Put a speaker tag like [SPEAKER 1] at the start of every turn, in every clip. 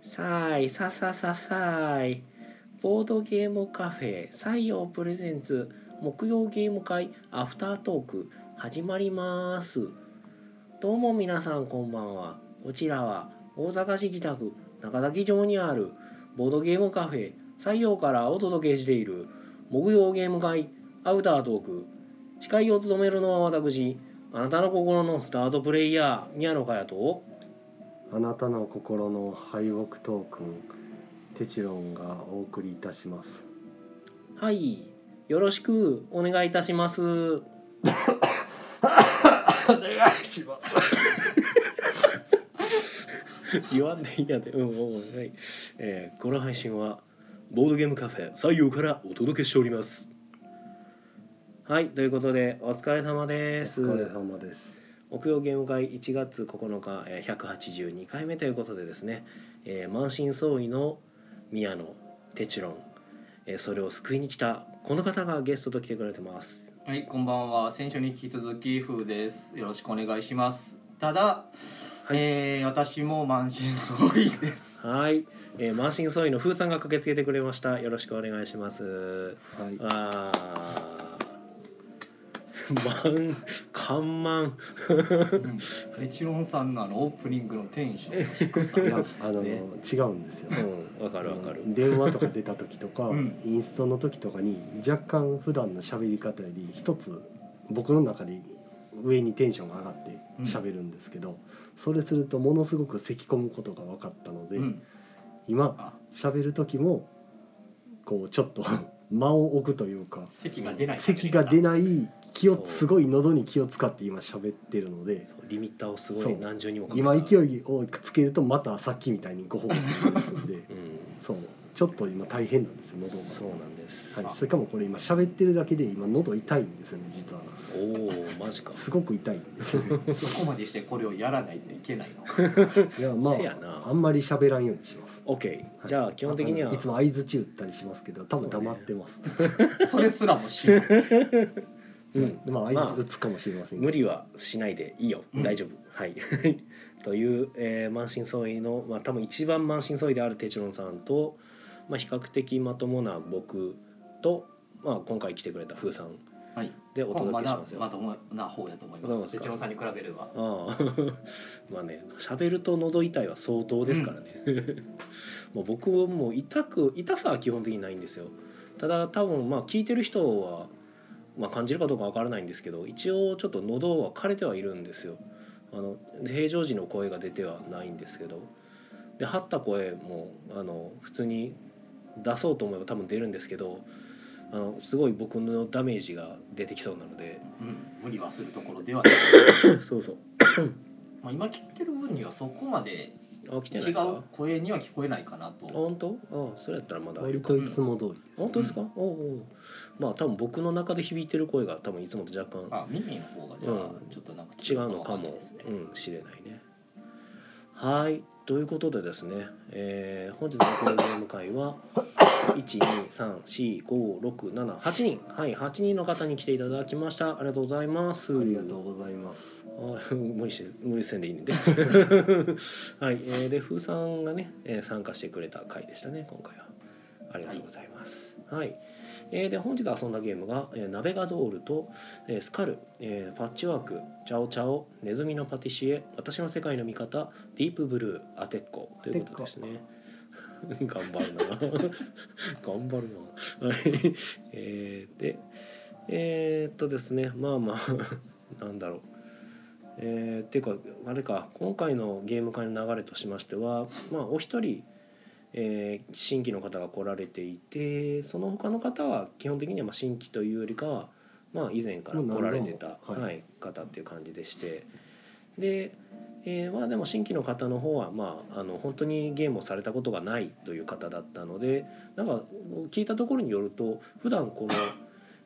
[SPEAKER 1] さい、ささささい。ボードゲームカフェ、採用プレゼンツ、木曜ゲーム会、アフタートーク、始まります。どうも皆さん、こんばんは。こちらは、大阪市北区、中崎町にある、ボードゲームカフェ、採用からお届けしている、木曜ゲーム会、アフタートーク。司会を務めるのは私、あなたの心のスタートプレイヤー、宮野佳也と、
[SPEAKER 2] あなたの心の敗北トークンテチロンがお送りいたします
[SPEAKER 1] はい、よろしくお願いいたします。
[SPEAKER 2] お願いします
[SPEAKER 1] 言わんでいいやで、うんうんはい。えーこの配信はボードゲームカフェ採用からお届けしております。はい、ということでお疲れ様です。
[SPEAKER 2] お疲れ様です
[SPEAKER 1] 木曜ゲーム会1月9日、えー182回目ということでですね、えー満身創痍の宮野哲論、えーそれを救いに来たこの方がゲストと来てくれてます。
[SPEAKER 3] はい、こんばんは。先週に引き続き、ふうです。よろしくお願いします。ただ、
[SPEAKER 1] はい
[SPEAKER 3] えー私も満身創痍です。
[SPEAKER 1] はい、えー、満身創痍の風さんが駆けつけてくれました。よろしくお願いします。
[SPEAKER 2] はい
[SPEAKER 1] ああ、満、緩慢。
[SPEAKER 3] うんレチロンさんのあのオープニングのテンションの低さ。
[SPEAKER 2] いやあの、
[SPEAKER 1] ね
[SPEAKER 2] 違うんですよ
[SPEAKER 1] うん、わかるわかる
[SPEAKER 2] う。ん電話とか出た時とか、
[SPEAKER 3] うん
[SPEAKER 2] インストの時とかに若干普段の喋り方より一つ僕の中で上にテンションが上がって喋るんですけど、それするとものすごく咳き込むことが分かったので、
[SPEAKER 3] うん、
[SPEAKER 2] 今
[SPEAKER 3] あ
[SPEAKER 2] 喋る時もこうちょっと 間を置くというか
[SPEAKER 3] 席が出ない。
[SPEAKER 2] 咳が出
[SPEAKER 3] い。
[SPEAKER 2] ない気
[SPEAKER 1] そ
[SPEAKER 2] を
[SPEAKER 1] う
[SPEAKER 2] すごい喉に気を使って今喋ってるので
[SPEAKER 1] リミッターをすご
[SPEAKER 2] そ
[SPEAKER 1] いう何重にもかけた
[SPEAKER 2] 今勢。いをつけるとまたさっきみたいにご報告するんで
[SPEAKER 1] うん、
[SPEAKER 2] そうちょっと今大変なんです
[SPEAKER 1] そ
[SPEAKER 2] よ
[SPEAKER 1] うなんです。
[SPEAKER 2] 喉が。はい、それかもこれ今喋ってるだけで今喉痛いんですよね実は
[SPEAKER 1] おお、マジか。
[SPEAKER 2] すごく痛いんですよ ね
[SPEAKER 3] そこまでして、これをやらないといけないの。
[SPEAKER 2] いやま
[SPEAKER 1] せやな
[SPEAKER 2] ああんまり喋らんようにします
[SPEAKER 1] オッケー、じゃあ基本的には。
[SPEAKER 2] あのいつも相づち打ったりしますけど多分黙ってます、
[SPEAKER 3] それすらもしない。
[SPEAKER 1] うん、
[SPEAKER 2] まあ
[SPEAKER 1] まあ
[SPEAKER 2] 相づち打つかもしれませんけど
[SPEAKER 1] 無理はしないでいいよ、
[SPEAKER 3] うん
[SPEAKER 1] 大丈夫はい という、えー満身創痍の、まあ、多分一番満身創痍であるテチロンさんと、まあ、比較的まともな僕と、まあ、今回来てくれた風さん
[SPEAKER 3] はい。
[SPEAKER 1] でお
[SPEAKER 3] ま
[SPEAKER 1] 届けし
[SPEAKER 3] だ
[SPEAKER 1] ます、よ。
[SPEAKER 3] まだ、な方だと思い
[SPEAKER 1] どう
[SPEAKER 3] ま。
[SPEAKER 1] ですすか
[SPEAKER 3] レチロンさんに比べれば。
[SPEAKER 1] ああ まあね喋ると喉痛いは相当ですからね、 もう僕はもう痛く痛さは基本的にないんですよただ多分まあ聞いてる人は、まあ、感じるかどうかわからないんですけど一応ちょっと喉は枯れてはいるんですよあの平常時の声が出てはないんですけどで張った声もあの普通に出そうと思えば多分出るんですけどあのすごい僕のダメージが出てきそうなので
[SPEAKER 3] うん、無理はするところ ではない。
[SPEAKER 1] そうそう
[SPEAKER 3] まあ、今聞いてる分には、そこまで
[SPEAKER 1] あ来てない
[SPEAKER 3] 違
[SPEAKER 1] ですか
[SPEAKER 3] う声には聞こえないかなと
[SPEAKER 1] あ。本当あそれやったらまだいる
[SPEAKER 2] 割
[SPEAKER 1] か
[SPEAKER 2] といつも通りです、
[SPEAKER 1] 本当ですか、おうおうまあ多分僕の中で響いてる声が多分いつもと若干
[SPEAKER 3] あ、耳の方がじゃあ
[SPEAKER 1] うん
[SPEAKER 3] ちょっとなんか
[SPEAKER 1] 違うのかも、
[SPEAKER 3] ですね
[SPEAKER 1] うん知れないねはいということでですね、えー本日のこのゲーム会は1234567人はい8人の方に来ていただきましたありがとうございます
[SPEAKER 2] ありがとうございます
[SPEAKER 1] あ無理して無理せんでいいねんではい、えー、で風さんがね、えー参加してくれた回でしたね今回はありがとうございますはい、えーで本日遊んだゲームが、えーナベガドールと、えースカル、えーパッチワークチャオチャオネズミのパティシエ私の世界の味方ディープブルーアテッコということですね 頑張るな頑張るなはいえーでえーっとですねまあまあ なんだろうえーっていうかあれか今回のゲーム会の流れとしましては、まあ、お一人、えー新規の方が来られていてその他の方は基本的にはまあ新規というよりかは、まあ、以前から来られてた
[SPEAKER 2] も、う何度も
[SPEAKER 1] は
[SPEAKER 2] はい
[SPEAKER 1] い、方っていう感じでしてで、えーまあでも新規の方の方は、まあ、あの本当にゲームをされたことがないという方だったのでなんか聞いたところによると普段この、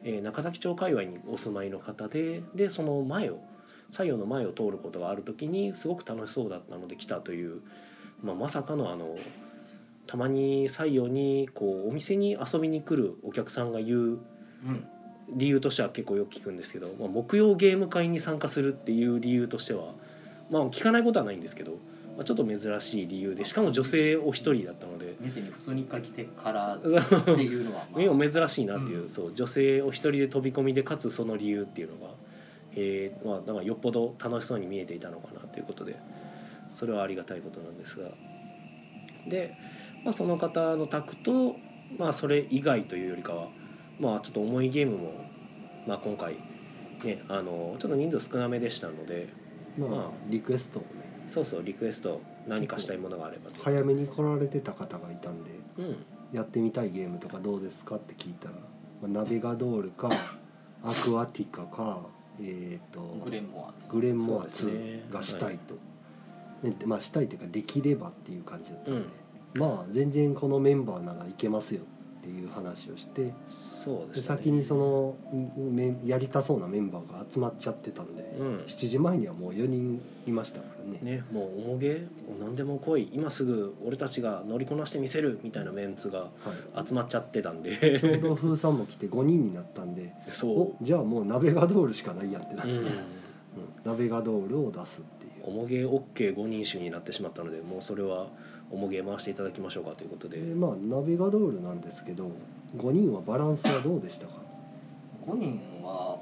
[SPEAKER 1] えー中崎町界隈にお住まいの方ででその前を作業の前を通ることがある時にすごく楽しそうだったので来たという、まあ、まさかのあのたまに採用にこうお店に遊びに来るお客さんが言う
[SPEAKER 3] うん、
[SPEAKER 1] 理由としては結構よく聞くんですけど、まあ、木曜ゲーム会に参加するっていう理由としてはまあ聞かないことはないんですけどまあ、ちょっと珍しい理由でしかも女性お一人だったので
[SPEAKER 3] 店に普通に一回来てから
[SPEAKER 1] そう
[SPEAKER 3] っていう のは、まあ、
[SPEAKER 1] 今珍しいなっていう,、
[SPEAKER 3] うん
[SPEAKER 1] そう女性お一人で飛び込みでかつその理由っていうのが、えーまあ、なんかよっぽど楽しそうに見えていたのかなということでそれはありがたいことなんですがで、まあ、その方の宅と、まあ、それ以外というよりかは、まあ、ちょっと重いゲームも、まあ、今回、ね、あのちょっと人数少なめでしたので
[SPEAKER 2] まあリクエストをね
[SPEAKER 1] そうそうリクエスト何かしたいものがあればということで
[SPEAKER 2] 早めに来られてた方がいたんで
[SPEAKER 1] うん
[SPEAKER 2] やってみたいゲームとかどうですかって聞いたら、まあ、ナベガドールかアクアティカかえっ、と
[SPEAKER 3] グレンモアです、
[SPEAKER 2] グレンモア
[SPEAKER 1] そうですね
[SPEAKER 2] 2がしたいと、ねでまあしたいというかできればっていう感じだったので、まあ全然このメンバーならいけますよっていう話をして、
[SPEAKER 1] そうで
[SPEAKER 2] です
[SPEAKER 1] ね
[SPEAKER 2] 先にそのめやりたそうなメンバーが集まっちゃってたんで、
[SPEAKER 1] うん
[SPEAKER 2] 7時前にはもう4人いましたからね
[SPEAKER 1] ね、もう重げ何でも来い今すぐ俺たちが乗りこなしてみせるみたいなメンツが
[SPEAKER 2] はい、
[SPEAKER 1] 集まっちゃってたん
[SPEAKER 2] ちょう
[SPEAKER 1] で
[SPEAKER 2] ど風さんも来て5人になったんでお
[SPEAKER 1] そ
[SPEAKER 2] じゃあもう鍋がドールしかないやんってなっ
[SPEAKER 1] う、う
[SPEAKER 2] て、うん
[SPEAKER 1] ん、
[SPEAKER 2] 鍋がドールを出すっていう
[SPEAKER 1] 重げ OK5 人衆になってしまったのでもうそれは重げ回していただきましょうかということで
[SPEAKER 2] でまあ鍋がドールなんですけど5人はバランスはどうでしたか
[SPEAKER 3] 5人は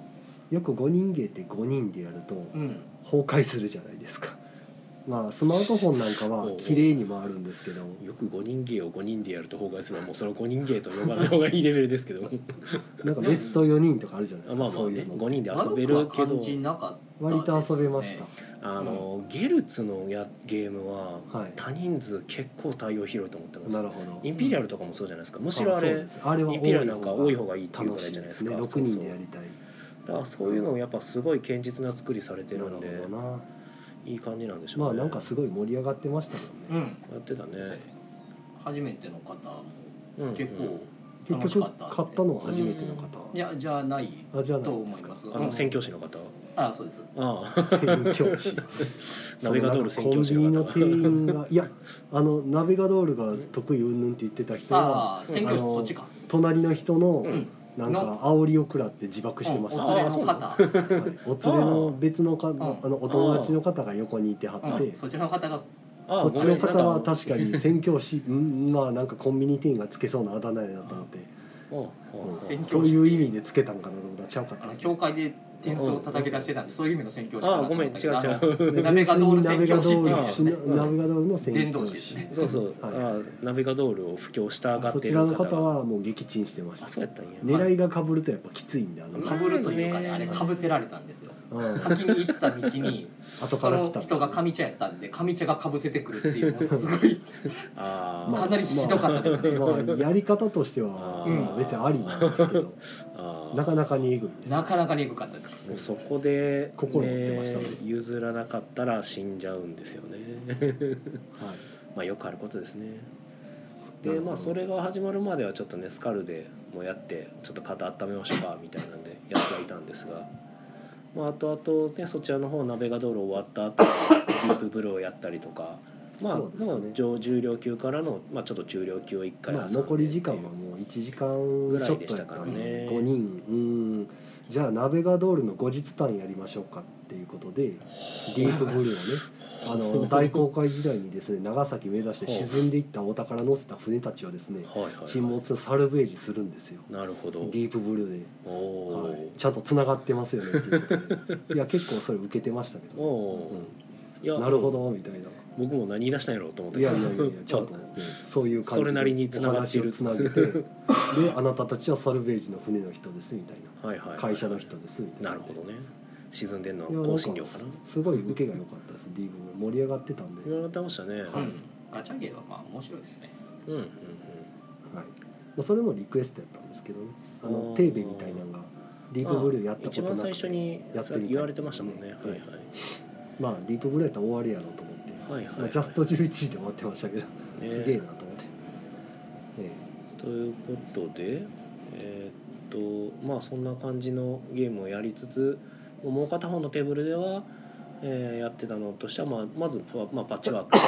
[SPEAKER 2] よく5人芸って5人でやると
[SPEAKER 3] うん
[SPEAKER 2] 崩壊するじゃないですかまあスマートフォンなんかは
[SPEAKER 1] おう
[SPEAKER 2] 綺麗に回るんですけど
[SPEAKER 1] よく5人芸を5人でやると崩壊するのはもうその5人芸と呼ばない方がいいレベルです けど
[SPEAKER 2] なんかベスト4人とかあるじゃないで
[SPEAKER 1] あ
[SPEAKER 2] す
[SPEAKER 1] まあ
[SPEAKER 2] か
[SPEAKER 1] ま
[SPEAKER 2] そ
[SPEAKER 1] あ
[SPEAKER 2] うい
[SPEAKER 1] ね
[SPEAKER 2] うの
[SPEAKER 1] 5人で遊べ
[SPEAKER 3] 悪
[SPEAKER 1] る
[SPEAKER 3] く
[SPEAKER 1] け
[SPEAKER 3] は感
[SPEAKER 1] ど
[SPEAKER 3] じなかった
[SPEAKER 2] 割と遊べまし
[SPEAKER 3] ですね
[SPEAKER 2] た
[SPEAKER 1] あのゲルツのやゲームは
[SPEAKER 2] はい
[SPEAKER 1] 多人数結構対応広いと思ってま
[SPEAKER 2] な
[SPEAKER 1] す
[SPEAKER 2] るほど
[SPEAKER 1] インピリアルとかもそうじゃないですかむしろあ
[SPEAKER 2] そう
[SPEAKER 1] れ
[SPEAKER 2] ですあれは
[SPEAKER 1] インピラなんか多い
[SPEAKER 2] 方
[SPEAKER 1] 方がいいっていう
[SPEAKER 2] が
[SPEAKER 1] ぐら
[SPEAKER 2] 楽
[SPEAKER 1] い
[SPEAKER 2] し
[SPEAKER 1] じゃ
[SPEAKER 2] い
[SPEAKER 1] ない
[SPEAKER 2] で
[SPEAKER 1] ですすか
[SPEAKER 2] ね6人でやりた
[SPEAKER 1] そ
[SPEAKER 2] い
[SPEAKER 1] うそうだからそういうのをやっぱすごい堅実な作りされて
[SPEAKER 2] な
[SPEAKER 1] る
[SPEAKER 2] る
[SPEAKER 1] んで
[SPEAKER 2] ほどない
[SPEAKER 1] い感じなんでしょ
[SPEAKER 2] まあ
[SPEAKER 1] うね
[SPEAKER 2] なんかすごい盛り上がってましたも
[SPEAKER 3] うん
[SPEAKER 2] ね
[SPEAKER 3] ん
[SPEAKER 1] やってたね、
[SPEAKER 3] 初めての方も
[SPEAKER 1] うんうん
[SPEAKER 3] 結構楽
[SPEAKER 2] 結
[SPEAKER 3] し
[SPEAKER 2] 局
[SPEAKER 3] か
[SPEAKER 2] 買
[SPEAKER 3] ったん
[SPEAKER 2] った
[SPEAKER 3] で
[SPEAKER 2] のは初めての方
[SPEAKER 3] いやじゃない
[SPEAKER 2] あじゃあな
[SPEAKER 3] と
[SPEAKER 2] い
[SPEAKER 3] 思
[SPEAKER 2] で
[SPEAKER 3] い
[SPEAKER 2] すか
[SPEAKER 3] ます
[SPEAKER 1] あの宣教師の方
[SPEAKER 3] あそうです
[SPEAKER 1] ああ
[SPEAKER 2] 宣教師
[SPEAKER 1] ナベガドール宣教師
[SPEAKER 2] コンビニ
[SPEAKER 1] の
[SPEAKER 2] の
[SPEAKER 1] 方
[SPEAKER 2] 店員がいやあのナベガドールが得意云々って言ってた人は
[SPEAKER 3] ああ宣教
[SPEAKER 2] あ
[SPEAKER 3] 師
[SPEAKER 2] の
[SPEAKER 3] そっちか
[SPEAKER 2] 隣の人
[SPEAKER 1] う
[SPEAKER 2] の
[SPEAKER 1] ん
[SPEAKER 2] なんか煽りを食らって自爆してました、
[SPEAKER 3] うん
[SPEAKER 1] あ
[SPEAKER 3] お連れ
[SPEAKER 1] そう
[SPEAKER 3] の
[SPEAKER 1] な
[SPEAKER 3] 方
[SPEAKER 2] はいお連れの別のかあのお友達の方が横にいてはっ
[SPEAKER 3] うん
[SPEAKER 2] て
[SPEAKER 3] そっちの方が
[SPEAKER 1] ああ
[SPEAKER 2] そっちの方は確か
[SPEAKER 1] に
[SPEAKER 2] に宣教師うんまあなんかコンビニ店員がつけそうなあだ名だと思って、
[SPEAKER 3] 宣
[SPEAKER 2] うん
[SPEAKER 3] 教師
[SPEAKER 2] そういう意味でつけたんかなと思ったらちゃうかっ
[SPEAKER 3] あ
[SPEAKER 2] た
[SPEAKER 3] の
[SPEAKER 2] ですね
[SPEAKER 3] 教会で点数を叩き出してたんでそういう意味の宣教師かな
[SPEAKER 1] ああ
[SPEAKER 3] と
[SPEAKER 1] ご
[SPEAKER 3] 思
[SPEAKER 1] め
[SPEAKER 3] っ
[SPEAKER 1] ん違
[SPEAKER 3] た
[SPEAKER 1] う
[SPEAKER 3] け
[SPEAKER 1] 違
[SPEAKER 3] ど
[SPEAKER 1] う
[SPEAKER 3] ナベガドール宣教師っていうんですね
[SPEAKER 2] 純粋にナベガドールの宣
[SPEAKER 3] 伝
[SPEAKER 2] 教
[SPEAKER 3] 道
[SPEAKER 2] 師
[SPEAKER 3] 師ですね
[SPEAKER 1] そう そう、
[SPEAKER 2] はい
[SPEAKER 1] ああナベガドールを布教したがっ
[SPEAKER 2] そ
[SPEAKER 1] て
[SPEAKER 2] ち
[SPEAKER 1] る
[SPEAKER 2] ら
[SPEAKER 1] 方
[SPEAKER 2] の
[SPEAKER 1] が
[SPEAKER 2] 方はもう撃沈してまし
[SPEAKER 1] あ
[SPEAKER 2] た
[SPEAKER 1] そうやったんや、
[SPEAKER 2] 狙いが被るとやっぱきついんであの、
[SPEAKER 3] かぶるというかねあれ
[SPEAKER 2] まあ
[SPEAKER 3] か
[SPEAKER 2] ね
[SPEAKER 3] ぶせられたんですよ
[SPEAKER 2] うん、
[SPEAKER 3] 先に行った 道に
[SPEAKER 2] 後か
[SPEAKER 3] そ
[SPEAKER 2] ら
[SPEAKER 3] の
[SPEAKER 2] 来た
[SPEAKER 3] 人が上茶やったんで上茶がかぶせてくるっていうも うすごい
[SPEAKER 1] ああ、
[SPEAKER 2] ま
[SPEAKER 3] かなりひどかったですね
[SPEAKER 2] まあやり方としては
[SPEAKER 1] うん
[SPEAKER 2] まあ別にありなんですけど
[SPEAKER 1] ああ
[SPEAKER 2] なかなかにえぐいです
[SPEAKER 3] なかなかにエグかったです
[SPEAKER 1] もうそこで、
[SPEAKER 2] 心折ってましたね
[SPEAKER 1] 譲らなかったら死んじゃうんですよね
[SPEAKER 2] はい
[SPEAKER 1] まあよくあることですね
[SPEAKER 2] なる
[SPEAKER 1] で
[SPEAKER 2] ほど
[SPEAKER 1] まあそれが始まるまではちょっとねスカルでもうやってちょっと肩温めましょうかみたいなんでやってはいたんですが、まあ、あとあとねそちらの方鍋が道路終わった後ディープブルーをやったりと かまあ
[SPEAKER 2] そうですね
[SPEAKER 1] でも上重量級からの、まあ、ちょっと中量級を一回
[SPEAKER 2] まあ、
[SPEAKER 1] 挟んで
[SPEAKER 2] 残り時間はもう1時間ちょ
[SPEAKER 1] ぐらい
[SPEAKER 2] っとやったん
[SPEAKER 1] でしたからね
[SPEAKER 2] で5人うんじゃあナベガドールの後日談やりましょうかっていうことでディープブルーをね あの大航海時代にですね長崎目指して沈んでいったお宝乗せた船たちをですね
[SPEAKER 1] はいはいはい
[SPEAKER 2] 沈没のサルベージするんですよ
[SPEAKER 1] なるほど
[SPEAKER 2] ディープブルーで、
[SPEAKER 1] お
[SPEAKER 2] は
[SPEAKER 1] お
[SPEAKER 2] い、ちゃんとつながってますよねっていうことでいや結構それ受けてましたけ
[SPEAKER 1] ー、お
[SPEAKER 2] ど、
[SPEAKER 1] おー、い
[SPEAKER 2] うん、
[SPEAKER 1] や
[SPEAKER 2] なるほどみたいな。
[SPEAKER 1] 僕も何言い出したんやろうと思った
[SPEAKER 2] い
[SPEAKER 1] けど
[SPEAKER 2] やいやい やいやちゃんと、ね、そういう感じ
[SPEAKER 1] それなりに繋がってる
[SPEAKER 2] お話をつなげてであなたたちはサルベージの船の人ですみたい
[SPEAKER 1] はいはいは
[SPEAKER 2] ない会社の人ですみたいな
[SPEAKER 1] なるほどね沈んでんの
[SPEAKER 2] いや
[SPEAKER 1] は
[SPEAKER 2] なん
[SPEAKER 1] 香
[SPEAKER 2] か
[SPEAKER 1] 辛料かな
[SPEAKER 2] すごい受けが良かったですディーブ盛り上がってたんで、
[SPEAKER 1] いろ
[SPEAKER 2] はい
[SPEAKER 1] いろやってましたね、
[SPEAKER 3] う
[SPEAKER 1] はい、
[SPEAKER 3] んガチャゲーはまあ面白いです ね
[SPEAKER 1] うんうんうん
[SPEAKER 2] まあ、それもリクエストやったんですけどねあ
[SPEAKER 1] あ
[SPEAKER 2] の
[SPEAKER 1] ー
[SPEAKER 2] テーベみたいなのがディープブルーやったことなく
[SPEAKER 1] あ一番
[SPEAKER 2] て
[SPEAKER 1] 最初に
[SPEAKER 2] やってみたい
[SPEAKER 1] 言われてましたもんね、
[SPEAKER 2] うん
[SPEAKER 1] はいは
[SPEAKER 2] まあディープブルーやったら終わりやろうと思って、
[SPEAKER 1] いはいはい、
[SPEAKER 2] まあ、ジャスト11時で終わって ましたけど、
[SPEAKER 1] ね
[SPEAKER 2] すげえなと思って、ね
[SPEAKER 1] ということでえーっとまあそんな感じのゲームをやりつつもう片方のテーブルでは、えーやってたのとしては、まあ、まずパ、まあ、パッチワー ク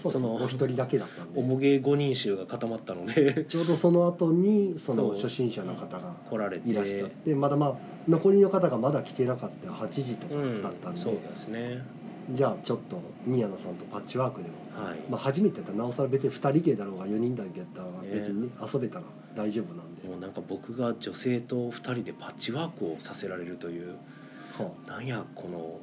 [SPEAKER 2] そう
[SPEAKER 1] その
[SPEAKER 2] お一人だけだったんで
[SPEAKER 1] 重げ5人衆が固まったので
[SPEAKER 2] ちょうどその後にその
[SPEAKER 1] そう
[SPEAKER 2] 初心者の方が
[SPEAKER 1] 来られて
[SPEAKER 2] いらっしゃってまだまあ残りの方がまだ来てなかった8時とか
[SPEAKER 1] うん
[SPEAKER 2] だったんで、
[SPEAKER 1] そうですね
[SPEAKER 2] じゃあちょっと宮野さんとパッチワークでも、
[SPEAKER 1] はい、
[SPEAKER 2] まあ、初めてやったらなおさら別に2人でだろうが4人だけやったら別に遊べたら大丈夫なんで、
[SPEAKER 1] もうなんか僕が女性と2人でパッチワークをさせられるという
[SPEAKER 2] は
[SPEAKER 1] なんやこの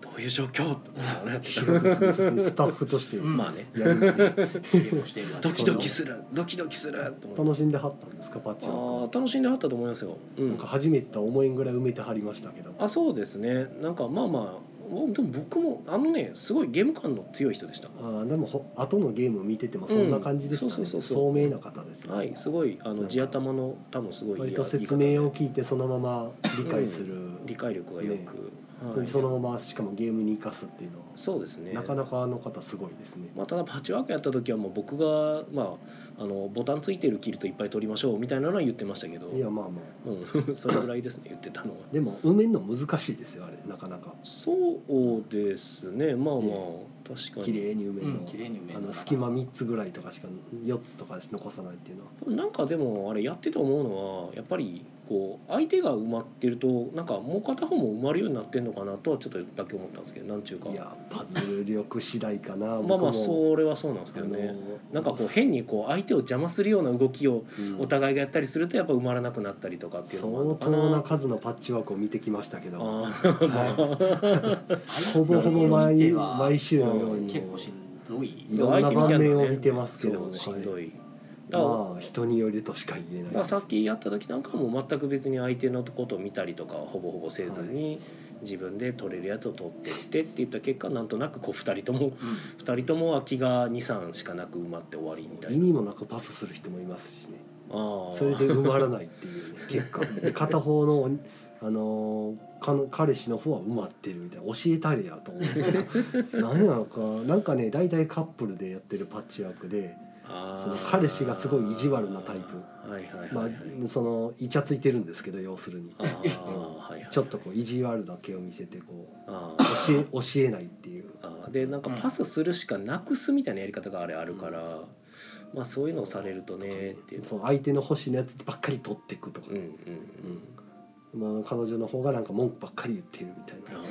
[SPEAKER 1] どういう状況と思いながらやっ
[SPEAKER 2] あ、
[SPEAKER 1] てた
[SPEAKER 2] 広別に普通にスタッフとしてや
[SPEAKER 3] うん
[SPEAKER 1] まあね
[SPEAKER 2] るんで、
[SPEAKER 3] ゲームしてるわ
[SPEAKER 1] ドキドキするドキドキすると思って
[SPEAKER 2] 楽しんではったんですかパッチ
[SPEAKER 1] あ
[SPEAKER 2] ワー
[SPEAKER 1] ー楽しんではったと思いますよ、う
[SPEAKER 2] クなんんか、初めてとは思えんぐらい埋めてはりましたけど
[SPEAKER 1] あそうですねなんかまあまあおでも僕もあのねすごいゲーム感の強い人でした
[SPEAKER 2] あーでもほ後のゲーム見ててもそんな感じでした
[SPEAKER 1] うん
[SPEAKER 2] ね
[SPEAKER 1] そうそうそう
[SPEAKER 2] 聡明な方ですね、
[SPEAKER 1] はいすごいあ
[SPEAKER 2] なん
[SPEAKER 1] の
[SPEAKER 2] か
[SPEAKER 1] 地頭の多分すごい
[SPEAKER 2] 割
[SPEAKER 1] いい
[SPEAKER 2] と説明を聞いてそのまま理解する、
[SPEAKER 1] 理解力がよく、はい、
[SPEAKER 2] そのまましかもゲームに生かすっていうのは、
[SPEAKER 1] そうですね
[SPEAKER 2] なかなかあの方すごいですね
[SPEAKER 1] まあ、ただパッチワークやった時はもう僕が、まあ、あのボタンついてるキルトいっぱい取りましょうみたいなのは言ってましたけど
[SPEAKER 2] いやまあま
[SPEAKER 1] うん、 それぐらいですね言ってたのは
[SPEAKER 2] あでも埋めるの難しいですよあれなかなか
[SPEAKER 1] そうですねまあまあ確か
[SPEAKER 2] 綺
[SPEAKER 1] に
[SPEAKER 2] 麗に埋めるの,、
[SPEAKER 3] うん綺麗に埋める
[SPEAKER 2] あ
[SPEAKER 3] の
[SPEAKER 2] の隙間3つぐらいとかしか4つとか残さないっていうのは
[SPEAKER 1] なんかでもあれやってて思うのはやっぱりこう相手が埋まってるとなんかもう片方も埋まるようになってんのかなとはちょっとだけ思ったんですけどなんちゅうか
[SPEAKER 2] いやパズル力次第かな
[SPEAKER 1] まあまあ
[SPEAKER 2] 僕も
[SPEAKER 1] それはそうなんですけどね
[SPEAKER 2] あ
[SPEAKER 1] な
[SPEAKER 2] の
[SPEAKER 1] んかこう変にこう相手を邪魔するような動きを
[SPEAKER 2] うん
[SPEAKER 1] お互いがやったりするとやっぱ埋まらなくなったりとかっていうのもある
[SPEAKER 2] 相
[SPEAKER 1] のか
[SPEAKER 2] 当な
[SPEAKER 1] な。
[SPEAKER 2] 数のパッチワークを見てきま したけど
[SPEAKER 1] あー
[SPEAKER 2] ほぼほぼ毎
[SPEAKER 3] 相手は
[SPEAKER 2] 毎週のように
[SPEAKER 3] 結構しんどい
[SPEAKER 2] いろんな場面を見てますけど
[SPEAKER 1] そうしんどい。だから
[SPEAKER 2] まあ人によるとしか言えない
[SPEAKER 1] まあ、さっきやった時なんかも全く別に相手のことを見たりとかはほぼほぼせずに自分で取れるやつを取ってってって言った結果なんとなくこう2人とも
[SPEAKER 3] うん
[SPEAKER 1] 2人とも空きが23しかなく埋まって終わりみた
[SPEAKER 2] 意
[SPEAKER 1] いな
[SPEAKER 2] 味もなくパスする人もいますしね
[SPEAKER 1] ああ
[SPEAKER 2] それで埋まらないっていうね結果で片方の、あのーかの彼氏の方は埋まってるみたいな教えたりやと思うんですけど何なのかなんかね大体カップルでやってるパッチワークで
[SPEAKER 1] あー
[SPEAKER 2] その彼氏がすごい意地悪なタイ
[SPEAKER 1] はいはいはい、
[SPEAKER 2] ま
[SPEAKER 1] はい
[SPEAKER 2] あそのイチャついてるんですけど要するに
[SPEAKER 1] あーはいはい、
[SPEAKER 2] ちょっとこう意地悪だけを見せてこ
[SPEAKER 1] あ
[SPEAKER 2] う
[SPEAKER 1] ー
[SPEAKER 2] 教え教えないっていう
[SPEAKER 1] あーでなんかパスするしかなくすみたいなやり方があれあるから、まあそういうのをされるとねっていう
[SPEAKER 2] そう相手の星のやつばっかり取っていくとか
[SPEAKER 1] うんうん
[SPEAKER 2] ね、
[SPEAKER 1] うん
[SPEAKER 2] まあ、彼女の方がなんか文句ばっかり言ってるみたい
[SPEAKER 1] あ
[SPEAKER 2] な
[SPEAKER 1] あ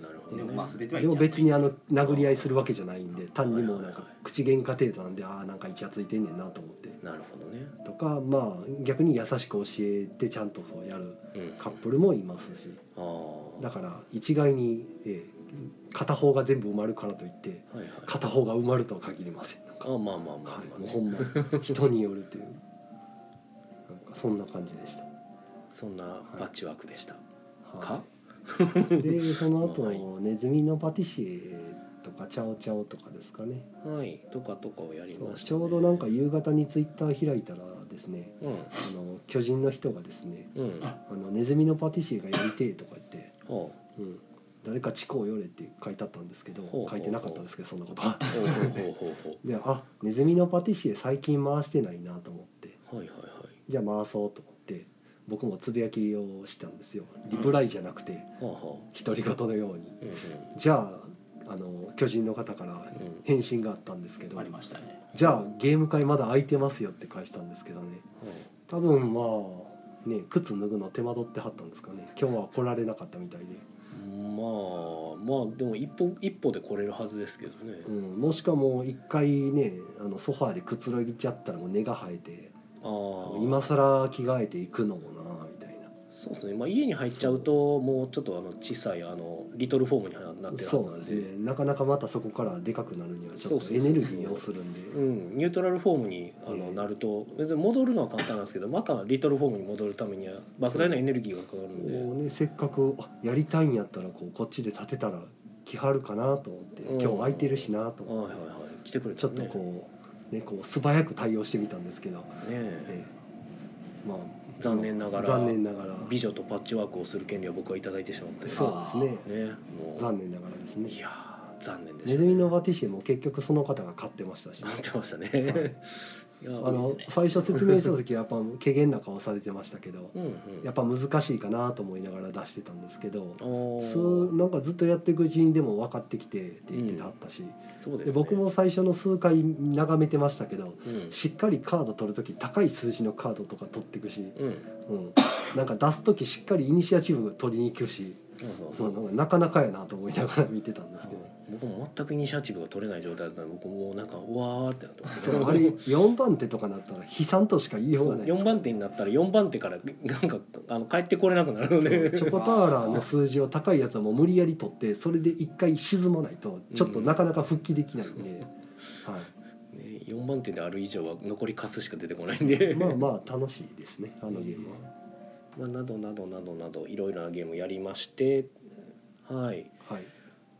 [SPEAKER 1] なるほど、ね、
[SPEAKER 3] でもまあ全ては
[SPEAKER 2] でも別にあの殴り合いするわけじゃないんで単にもうなんか口喧嘩程度なんでああなんかイチャついてんねんなと思って
[SPEAKER 1] なるほどね、
[SPEAKER 2] とかまあ逆に優しく教えてちゃんとそうやる
[SPEAKER 1] うん、
[SPEAKER 2] カップルもいますし
[SPEAKER 1] ああ
[SPEAKER 2] だから一概に、ええ片方が全部埋まるからといって
[SPEAKER 1] はいはい、
[SPEAKER 2] 片方が埋まるとは限りませんなん
[SPEAKER 1] あ
[SPEAKER 2] か、
[SPEAKER 1] まあまあまあまあ、
[SPEAKER 2] はい、もう
[SPEAKER 1] まあ
[SPEAKER 2] ほ
[SPEAKER 1] ね、
[SPEAKER 2] んま人によるというなんかそんな感じでした。
[SPEAKER 1] そんなパッチワークでした、
[SPEAKER 2] は
[SPEAKER 1] か
[SPEAKER 2] いでその後、
[SPEAKER 1] はい
[SPEAKER 2] ネズミのパティシエとかチャオチャオとかですかね
[SPEAKER 1] はいとかとかをやりました、ね、
[SPEAKER 2] ちょうどなんか夕方にツイッター開いたらですね
[SPEAKER 1] うん
[SPEAKER 2] あの巨人の人がですね
[SPEAKER 1] うんあ
[SPEAKER 2] 「あのネズミのパティシエがやりてえ」とか言って
[SPEAKER 1] あおう
[SPEAKER 2] 「うん、誰か地をよれ」って書いてあったんですけど
[SPEAKER 1] ほうほうほう
[SPEAKER 2] 書いてなかったんですけどそんなことは。
[SPEAKER 1] ほうほうほうほうほ
[SPEAKER 2] であネズミのパティシエ最近回してないなと思って
[SPEAKER 1] うはいはい
[SPEAKER 2] じゃあ回そうと思って僕もつぶやきをしたんですよリプライじゃなくて
[SPEAKER 1] はいはあは
[SPEAKER 2] 独り言のように。
[SPEAKER 1] あうん
[SPEAKER 2] じゃああの巨人の方から
[SPEAKER 1] うんうん
[SPEAKER 2] 返信があったんですけど
[SPEAKER 3] ありましたね
[SPEAKER 2] じゃあゲーム会まだ空いてますよって返したんですけどね多分まあね靴脱ぐの手間取ってはったんですかね今日は来られなかったみたいで、
[SPEAKER 1] はいまあまあでも一歩一歩で来れるはずですけどね、
[SPEAKER 2] うん、もしかも一回ねあのソファーでくつろぎちゃったらもう根が生えて
[SPEAKER 1] ああ
[SPEAKER 2] 今更着替えていくのもなみたいな
[SPEAKER 1] そうですね、まあ、家に入っちゃうともうちょっとあの小さいあのリトルフォームにはなってるは
[SPEAKER 2] そ
[SPEAKER 1] ずな
[SPEAKER 2] うんで
[SPEAKER 1] です
[SPEAKER 2] ねなかなかまたそこからでかくなるにはち
[SPEAKER 1] そうそ
[SPEAKER 2] ょっ
[SPEAKER 1] う
[SPEAKER 2] と
[SPEAKER 1] そう
[SPEAKER 2] エネルギーを するんで
[SPEAKER 1] うん、ニュートラルフォームにあ
[SPEAKER 2] え
[SPEAKER 1] の
[SPEAKER 2] え
[SPEAKER 1] なると別に戻るのは簡単なんですけどまたリトルフォームに戻るためには莫大なエネルギーがかかる
[SPEAKER 2] こ
[SPEAKER 1] んで
[SPEAKER 2] うね、せっかくあやりたいんやったらこうこっちで立てたら来はるかなと思って
[SPEAKER 1] うん
[SPEAKER 2] 今日空いてるしなと
[SPEAKER 1] はい
[SPEAKER 2] 思っ
[SPEAKER 1] はい
[SPEAKER 2] て
[SPEAKER 1] はい来てくれ
[SPEAKER 2] ちょ
[SPEAKER 1] た
[SPEAKER 2] っ
[SPEAKER 1] ね
[SPEAKER 2] とこう,、ね、こう素早く対応してみたんですけど、
[SPEAKER 1] ねえ
[SPEAKER 2] ええまあ、
[SPEAKER 1] 残念ながら
[SPEAKER 2] 残念ながら
[SPEAKER 1] 美女とパッチワークをする権利を僕はいただいてしまって
[SPEAKER 2] そうですね
[SPEAKER 1] ねもう
[SPEAKER 2] 残念ながらです
[SPEAKER 1] い
[SPEAKER 2] ね
[SPEAKER 1] やー残念で
[SPEAKER 2] ネ
[SPEAKER 1] し
[SPEAKER 2] ズ
[SPEAKER 1] た、
[SPEAKER 2] ミ
[SPEAKER 1] ね、
[SPEAKER 2] のバティシエも結局その方が買ってましたし、
[SPEAKER 1] なってましたね、
[SPEAKER 2] い
[SPEAKER 1] い、や
[SPEAKER 2] あ
[SPEAKER 1] ー
[SPEAKER 2] の最初説明した時はやっぱ軽減な顔されてましたけど
[SPEAKER 1] うんうん
[SPEAKER 2] やっぱ難しいかなと思いながら出してたんですけど
[SPEAKER 1] おー
[SPEAKER 2] そうなんかずっとやっていくうちにでも分かってきてって言ってたったし、
[SPEAKER 1] そうです、
[SPEAKER 2] で
[SPEAKER 1] ね、
[SPEAKER 2] 僕も最初の数回眺めてましたけど
[SPEAKER 1] うん
[SPEAKER 2] しっかりカード取る時高い数字のカードとか取っていくし、
[SPEAKER 1] うん
[SPEAKER 2] うん、なんか出す時しっかりイニシアチブ取りに行くし
[SPEAKER 1] そうそ
[SPEAKER 2] まあ
[SPEAKER 1] う
[SPEAKER 2] なんかなかなかやなと思いながら見てたんですけど、
[SPEAKER 1] 僕も全くイニシアチブが取れない状態だったので僕もうなんかうわーってなってます
[SPEAKER 2] それあれ4番手とかなったら悲惨としか言いようがない
[SPEAKER 1] 4番手になったら4番手からなんかあの帰ってこれなくなるので
[SPEAKER 2] チョコターラーの数字を高いやつはもう無理やり取ってそれで一回沈まないとちょっとなかなか復帰できないんで、は
[SPEAKER 1] ね、4番手である以上は残り勝つしか出てこないんで
[SPEAKER 2] い、まあまあ楽しいですねあのゲームは。
[SPEAKER 1] まあなどなどなどなどいろいろなゲームやりましてはい、
[SPEAKER 2] はい、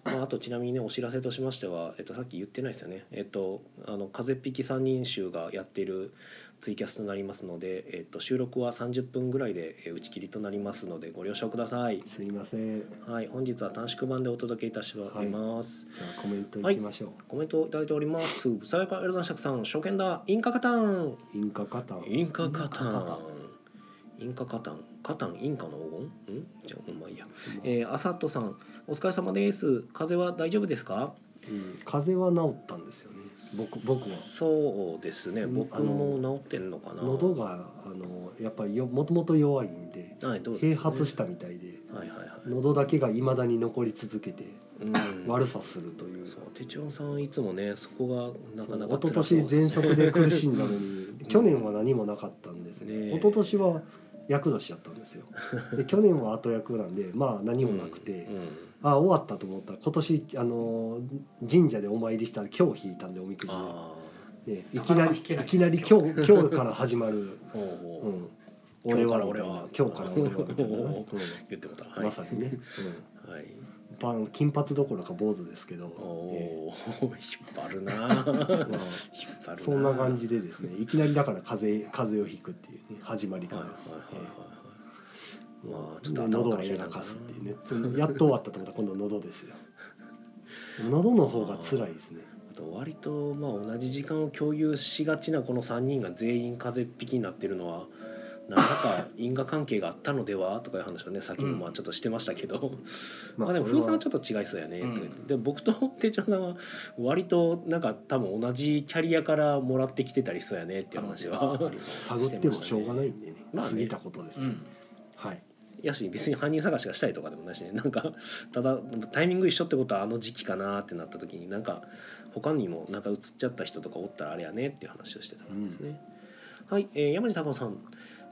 [SPEAKER 1] まあ、あとちなみにねお知らせとしましては、えっと、さっき言ってないですよね「えっと、あの風邪っ引き三人衆」がやっているツイキャスとなりますので、えっと、収録は30分ぐらいでえ打ち切りとなりますのでご了承ください。
[SPEAKER 2] すいませんじ
[SPEAKER 1] はい、本日は短縮版でお届けいたします。
[SPEAKER 2] ゃあコメントいきましょう、
[SPEAKER 1] コメントをいただいております。さやかエルザンシャクさん、初見だ。インカカタン。
[SPEAKER 2] インカカタン
[SPEAKER 1] インカカタ
[SPEAKER 3] インカカ
[SPEAKER 1] ン
[SPEAKER 3] タ。
[SPEAKER 1] インカカタン。カタン、インカの黄金。ん、じゃあ、まあいいや。えー、アサットさん、お疲れ様です。風邪は大丈夫ですか。
[SPEAKER 2] うん風邪は治ったんですよね僕僕は
[SPEAKER 1] そうですね。
[SPEAKER 2] うん
[SPEAKER 1] 僕も治ってんのかな。
[SPEAKER 2] 喉があのやっぱりよもともと弱いんで
[SPEAKER 1] はい、どうですね
[SPEAKER 2] 併発し。たみたいで
[SPEAKER 1] はいはいはい。
[SPEAKER 2] 喉だけがいまだに残り続けて
[SPEAKER 1] うん。
[SPEAKER 2] 悪さするという
[SPEAKER 1] そう、テチョンさんいつもね、そこがなかなか
[SPEAKER 2] 一
[SPEAKER 1] 辛
[SPEAKER 2] 昨
[SPEAKER 1] そう
[SPEAKER 2] 年
[SPEAKER 1] ですね
[SPEAKER 2] 喘息で苦しんだのに去年は何もなかったんですね
[SPEAKER 1] ねえ
[SPEAKER 2] 一昨年は厄年だった んですよで去年は後役なんでまあ何もなくて、
[SPEAKER 1] うんうん
[SPEAKER 2] あ終わったと思ったら今年あの神社でお参りしたら今日引いたんでおみくじ
[SPEAKER 1] あ
[SPEAKER 2] で、ね、い
[SPEAKER 3] な
[SPEAKER 2] き
[SPEAKER 3] か
[SPEAKER 2] な
[SPEAKER 3] なか
[SPEAKER 2] りい
[SPEAKER 3] 引けないです
[SPEAKER 2] きなり今 日今日から始まる
[SPEAKER 1] あ。ほうほう
[SPEAKER 2] うん、俺は
[SPEAKER 1] 今日から俺は
[SPEAKER 2] 今日から俺はみたい な、ね
[SPEAKER 1] 言ってもた。
[SPEAKER 2] う
[SPEAKER 1] は
[SPEAKER 2] ん、
[SPEAKER 1] い。
[SPEAKER 2] まさにね、
[SPEAKER 1] はい。
[SPEAKER 2] うん、パン金髪どころか坊主ですけど、え
[SPEAKER 1] おー 引っ張るな
[SPEAKER 2] え
[SPEAKER 1] ぁ
[SPEAKER 2] まあ、
[SPEAKER 1] 引っ張るなぁ
[SPEAKER 2] そんな感じでで すねいきなりだから風邪風邪をひくっていう、ね、始まりか
[SPEAKER 1] はい
[SPEAKER 2] ら、
[SPEAKER 1] はいはいはいまあちょっと
[SPEAKER 2] で
[SPEAKER 1] 頭
[SPEAKER 2] 喉
[SPEAKER 1] から
[SPEAKER 2] がやらかすっていうねそのやっと終わったと思ったら今度喉ですよ喉の方が辛いですね
[SPEAKER 1] あと割とまあ同じ時間を共有しがちなこの3人が全員風邪っ引きになってるのは何らか因果関係があったのではとかいう話をねさっきもまあちょっとしてましたけど、まあでも風さんはちょっと違いそうやね、
[SPEAKER 3] うん
[SPEAKER 1] とか言ってで僕と 手帳さんは割となんか多分同じキャリアからもらってきてたりそうやねっていう話は
[SPEAKER 3] 可能性はありそう
[SPEAKER 2] 探ってもしょうがないんでね
[SPEAKER 1] まあね
[SPEAKER 2] 過ぎたことです、
[SPEAKER 3] うん
[SPEAKER 2] はい
[SPEAKER 1] やし別に犯人探しがしたいとかでもないしねなんかただタイミング一緒ってことはあの時期かなってなった時になんか他にもなんか映っちゃった人とかおったらあれやねっていう話をしてたんですね、はい、えー山地孝さん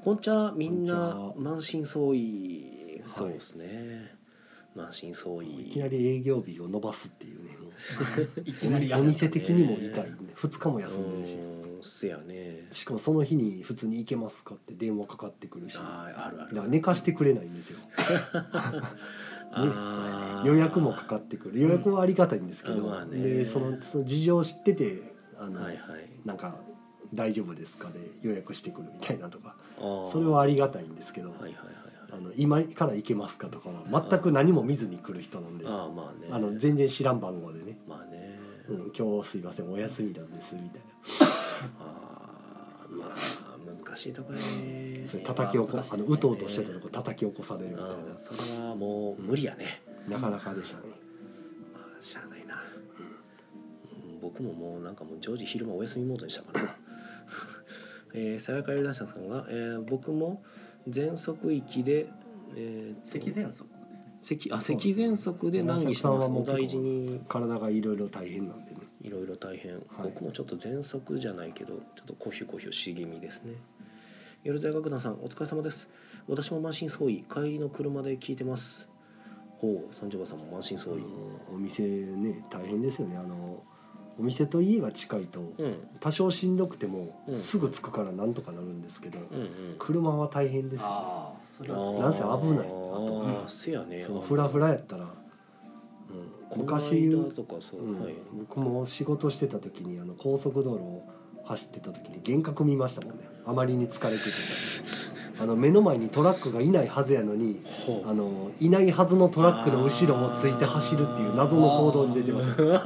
[SPEAKER 1] こんちゃみんな
[SPEAKER 2] こ
[SPEAKER 1] 満身創痍
[SPEAKER 2] はい
[SPEAKER 1] そうですね、満身創
[SPEAKER 2] い
[SPEAKER 1] 痍
[SPEAKER 2] きなり営業日を伸ばすっていうねもう
[SPEAKER 3] いき
[SPEAKER 2] お
[SPEAKER 3] なり
[SPEAKER 2] 店お
[SPEAKER 3] 安い
[SPEAKER 2] 店的にも痛いんで2日も休んでるし
[SPEAKER 1] うんせやね
[SPEAKER 2] しかもその日に普通に行けますかって電話かかってくるしだか
[SPEAKER 1] あーあるある
[SPEAKER 2] ら寝かしてくれないんですよ、ね
[SPEAKER 1] あー
[SPEAKER 2] 予約もかかってくる予約はありがたいんですけど、
[SPEAKER 1] うんまあね
[SPEAKER 2] でそのその事情を知っててあの、
[SPEAKER 1] はいはい
[SPEAKER 2] なんか「大丈夫ですか?」で予約してくるみたいなとか
[SPEAKER 1] あー
[SPEAKER 2] それはありがたいんですけど、
[SPEAKER 1] はいはいはい
[SPEAKER 2] あ
[SPEAKER 1] はい
[SPEAKER 2] の今から行けますかとかは全く何も見ずに来る人なんであ
[SPEAKER 1] あーまあね
[SPEAKER 2] の全然知らん番号でね
[SPEAKER 1] まあね、
[SPEAKER 2] 「うん、今日すいませんお休みなんです」みたいな
[SPEAKER 1] あーまあ難しいとこや ね
[SPEAKER 2] それ叩き起こ、
[SPEAKER 3] 難しい
[SPEAKER 2] あ
[SPEAKER 3] ですね
[SPEAKER 2] のうとうとしてたとこ叩き起こされるみたい
[SPEAKER 1] うんそれはもう無理やね、
[SPEAKER 2] ななかなかでしたね
[SPEAKER 1] まあ、しゃあないな、うん僕ももうなんかもう常時昼間お休みモードにしたから なえー、さやかりだしたさんが、えー僕も喘息域でえーと
[SPEAKER 3] 咳喘息ですね
[SPEAKER 1] 咳あ咳喘息で難儀してますお大事に
[SPEAKER 2] 体がいろいろ大変なんでね
[SPEAKER 1] いろいろ大変、
[SPEAKER 2] はい
[SPEAKER 1] 僕もちょっと喘息じゃないけどちょっとコヒュコヒュし気味ですね夜大学団さんお疲れ様です私も満身創痍帰りの車で聞いてますほう三条馬さんも満身創
[SPEAKER 2] そうい
[SPEAKER 1] 痍
[SPEAKER 2] うお店ね大変ですよねあのお店と家が近いと
[SPEAKER 1] うん
[SPEAKER 2] 多少しんどくても
[SPEAKER 1] うん
[SPEAKER 2] すぐ着くからなんとかなるんですけど、
[SPEAKER 1] うんうん
[SPEAKER 2] 車は大変ですよ
[SPEAKER 3] ああそれは
[SPEAKER 2] なんせ危ない
[SPEAKER 1] あ
[SPEAKER 2] あ
[SPEAKER 1] ーせやね
[SPEAKER 2] そのフラフラやったら、うん、昔、
[SPEAKER 1] 昔
[SPEAKER 2] う
[SPEAKER 1] とかそう、
[SPEAKER 2] ん
[SPEAKER 1] はい
[SPEAKER 2] 僕も仕事してた時にあの高速道路を走ってた時に幻覚見ましたもんねあまりに疲れててあの目の前にトラックがいないはずやのに
[SPEAKER 1] ほ
[SPEAKER 2] あのいないはずのトラックの後ろをついて走るっていう謎の行動に出てました、うん、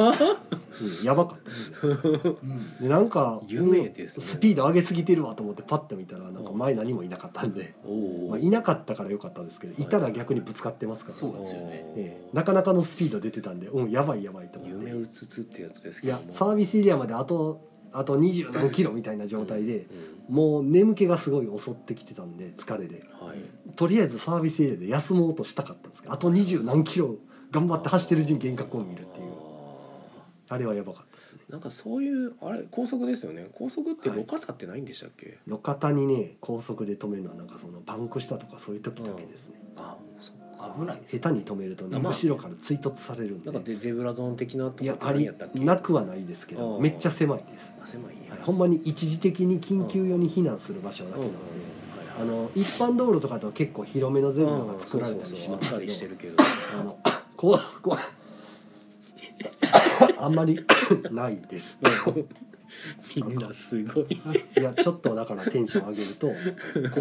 [SPEAKER 2] やばかったですね
[SPEAKER 3] うん
[SPEAKER 2] でなんか
[SPEAKER 1] 夢ですね
[SPEAKER 2] スピード上げすぎてるわと思ってパッと見たらなんか前何もいなかったんで、
[SPEAKER 1] うおお、
[SPEAKER 2] まあ、いなかったから良かったんですけどいたら逆にぶつかってますから、
[SPEAKER 3] そうですよね
[SPEAKER 1] おー
[SPEAKER 2] ええなかなかのスピード出てたんでうんやばいやばいと思っ
[SPEAKER 1] 夢
[SPEAKER 2] て
[SPEAKER 1] うつつってやつです
[SPEAKER 2] い
[SPEAKER 1] けど
[SPEAKER 2] や
[SPEAKER 1] も
[SPEAKER 2] サービスエリアまであとあと二十何キロみたいな状態で
[SPEAKER 1] う、ん
[SPEAKER 2] もう眠気がすごい襲ってきてたんで疲れで
[SPEAKER 1] はい、
[SPEAKER 2] ちとりあえずサービスエリアで休もうとしたかったんですけどあと二十何キロ頑張って走ってる人幻覚を見るっていうあれはやばかったですね
[SPEAKER 1] なんかそういうあれ高速ですよね高速って
[SPEAKER 2] はい
[SPEAKER 1] 路肩ってないんでしたっけ、
[SPEAKER 2] 路肩にね高速で止めるのはなんかそのバンクしたとかそういう時だけですね、
[SPEAKER 1] あもうそ
[SPEAKER 3] 危ないです
[SPEAKER 2] 下手に止めるとね
[SPEAKER 1] まあ
[SPEAKER 2] 後ろから追突されるん
[SPEAKER 1] う
[SPEAKER 2] で
[SPEAKER 1] なんかゼゼブラゾーン的なとこ
[SPEAKER 2] いや
[SPEAKER 1] って
[SPEAKER 2] あ
[SPEAKER 1] 何
[SPEAKER 2] り
[SPEAKER 1] やったっけ
[SPEAKER 2] なくはないですけ
[SPEAKER 1] う
[SPEAKER 2] ど
[SPEAKER 1] ん
[SPEAKER 2] めっちゃ狭いです
[SPEAKER 1] あ狭いんや、
[SPEAKER 2] はい、ほんまに一時的に緊急用に避難する場所だけなので、
[SPEAKER 1] はい
[SPEAKER 2] あの一般道路とかとは結構広めの全部が作られたりし
[SPEAKER 1] あ
[SPEAKER 2] ます
[SPEAKER 1] った
[SPEAKER 2] け
[SPEAKER 1] りして
[SPEAKER 2] ど
[SPEAKER 1] るけど
[SPEAKER 2] あの 怖い怖い あんまりないです
[SPEAKER 1] みんなすごい
[SPEAKER 2] いやちょっとだからテンション上げると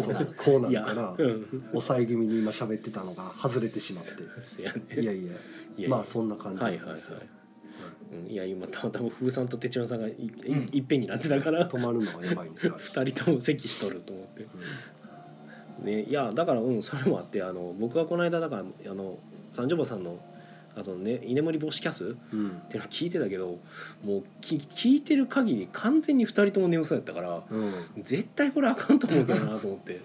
[SPEAKER 2] こ
[SPEAKER 3] こうなる
[SPEAKER 2] うこうないる
[SPEAKER 1] や
[SPEAKER 2] から
[SPEAKER 1] うん
[SPEAKER 2] 抑え気味に今喋ってたのが外れてしまって
[SPEAKER 1] せや
[SPEAKER 2] い
[SPEAKER 1] ね
[SPEAKER 2] やいや
[SPEAKER 1] いや
[SPEAKER 2] まあそんな感じな
[SPEAKER 1] は
[SPEAKER 2] ん
[SPEAKER 1] い
[SPEAKER 2] で
[SPEAKER 1] はいはい
[SPEAKER 2] すよ、
[SPEAKER 1] うんいや今たまたま風さんと哲郎さんがいい
[SPEAKER 3] うん
[SPEAKER 1] いっぺんになってたから
[SPEAKER 2] 止まるのはやばいんですよ、
[SPEAKER 1] 二人とも席しとると思ってね、いやだからうんそれもあってあの僕はこの間だからあの三条坊さんのあとね居眠り防止キャスっ
[SPEAKER 2] うんうん
[SPEAKER 1] ていうのを聞いてたけどもうき聞いてる限り完全に2人とも眠そうやったから
[SPEAKER 2] うん
[SPEAKER 1] 絶対これあかんと思うけどなと思 って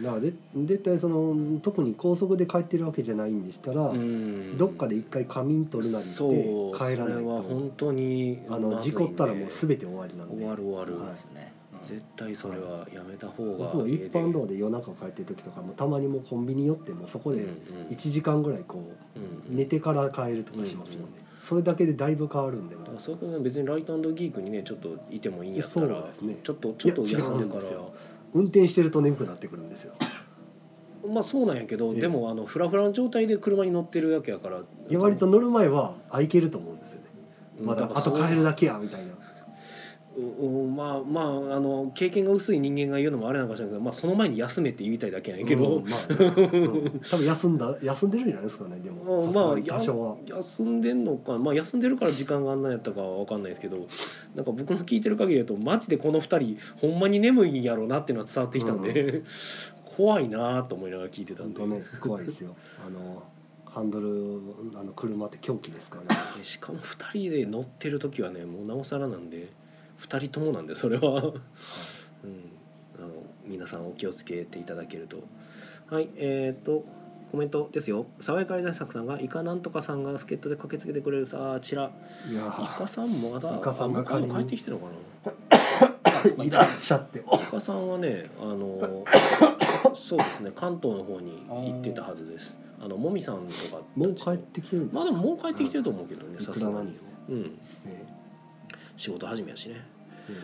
[SPEAKER 2] うんだからで絶対その特に高速で帰ってるわけじゃないんでしたら、
[SPEAKER 1] うん
[SPEAKER 2] どっかで一回仮眠取るなりして
[SPEAKER 1] そう
[SPEAKER 2] 帰ら
[SPEAKER 1] そ
[SPEAKER 2] ない
[SPEAKER 1] れは
[SPEAKER 2] と
[SPEAKER 1] 本当に
[SPEAKER 2] あの
[SPEAKER 1] まずい
[SPEAKER 2] 事
[SPEAKER 1] んで
[SPEAKER 2] 故ったらもう全て終わりなんで
[SPEAKER 1] 終わる終わる、
[SPEAKER 2] は
[SPEAKER 3] ですね。
[SPEAKER 1] 絶対それはやめた方が
[SPEAKER 2] 僕も一般
[SPEAKER 1] 道
[SPEAKER 2] 道で夜中帰ってる時とかもたまにもうコンビニ寄ってもうそこで1時間ぐらいこう寝てから帰るとかしますもんね、それだけでだいぶ変わるんでも
[SPEAKER 1] だからそういうことは別にライトギークにねちょっといてもいいんやったら
[SPEAKER 2] そうですね
[SPEAKER 1] ちょっとちょっと
[SPEAKER 2] い
[SPEAKER 1] 休
[SPEAKER 2] や違うんん
[SPEAKER 1] でか
[SPEAKER 2] です
[SPEAKER 1] ら
[SPEAKER 2] よ運転してると眠くなってくるんですよ
[SPEAKER 1] まあそうなんやけど、
[SPEAKER 2] ええ
[SPEAKER 1] でもあのフラフラの状態で車に乗ってるわけやから
[SPEAKER 2] いや割と乗る前はあいけると思うんですよねまたあと帰る
[SPEAKER 1] な
[SPEAKER 2] だけやみたいな
[SPEAKER 1] うんまあまああの経験が薄い人間が言うのもあれなんかもしれないけど、まあ、その前に休めって言いたいだけやねんけど、
[SPEAKER 2] うんまあうん多分休んだ休んでるんじゃないですかねで
[SPEAKER 1] う
[SPEAKER 2] も
[SPEAKER 1] ん
[SPEAKER 2] さすがに
[SPEAKER 1] まあ
[SPEAKER 2] 多少は
[SPEAKER 1] 休んでんのか、まあ、休んでるから時間があんなんやったかは分かんないですけどなんか僕の聞いてる限りだとマジでこの2人ほんまに眠いんやろうなっていうのは伝わってきたんで、怖いなと思いながら聞いてたん
[SPEAKER 2] 本
[SPEAKER 1] で、
[SPEAKER 2] 当ね怖いですよあのハンドルあの車って凶器ですからね
[SPEAKER 1] でしかも2人で乗ってる時はねもうなおさらなんで2人ともなんでそれは。うん、あの皆さんお気をつけていただけるとはいえっ、とコメントですよ爽やかに大作さんがイカなんとかさんが助っ人で駆けつけてくれるさあちら
[SPEAKER 2] いや
[SPEAKER 1] イカさんまだ
[SPEAKER 2] イカさん
[SPEAKER 1] あも
[SPEAKER 2] が
[SPEAKER 1] う
[SPEAKER 2] 仮に
[SPEAKER 1] 帰ってきてるの かな
[SPEAKER 2] ーいらっしゃって
[SPEAKER 1] イカさんはねあ のそうですね関東の方に行ってたはずですあのもみさんとか
[SPEAKER 2] もう帰ってきてるんです
[SPEAKER 1] まあでももう帰ってきてると思うけどね
[SPEAKER 2] い
[SPEAKER 1] さ
[SPEAKER 2] く
[SPEAKER 1] す
[SPEAKER 2] ら
[SPEAKER 1] が
[SPEAKER 2] なん
[SPEAKER 1] に
[SPEAKER 2] でも
[SPEAKER 1] うん
[SPEAKER 2] え
[SPEAKER 1] 仕事始めやしね
[SPEAKER 2] え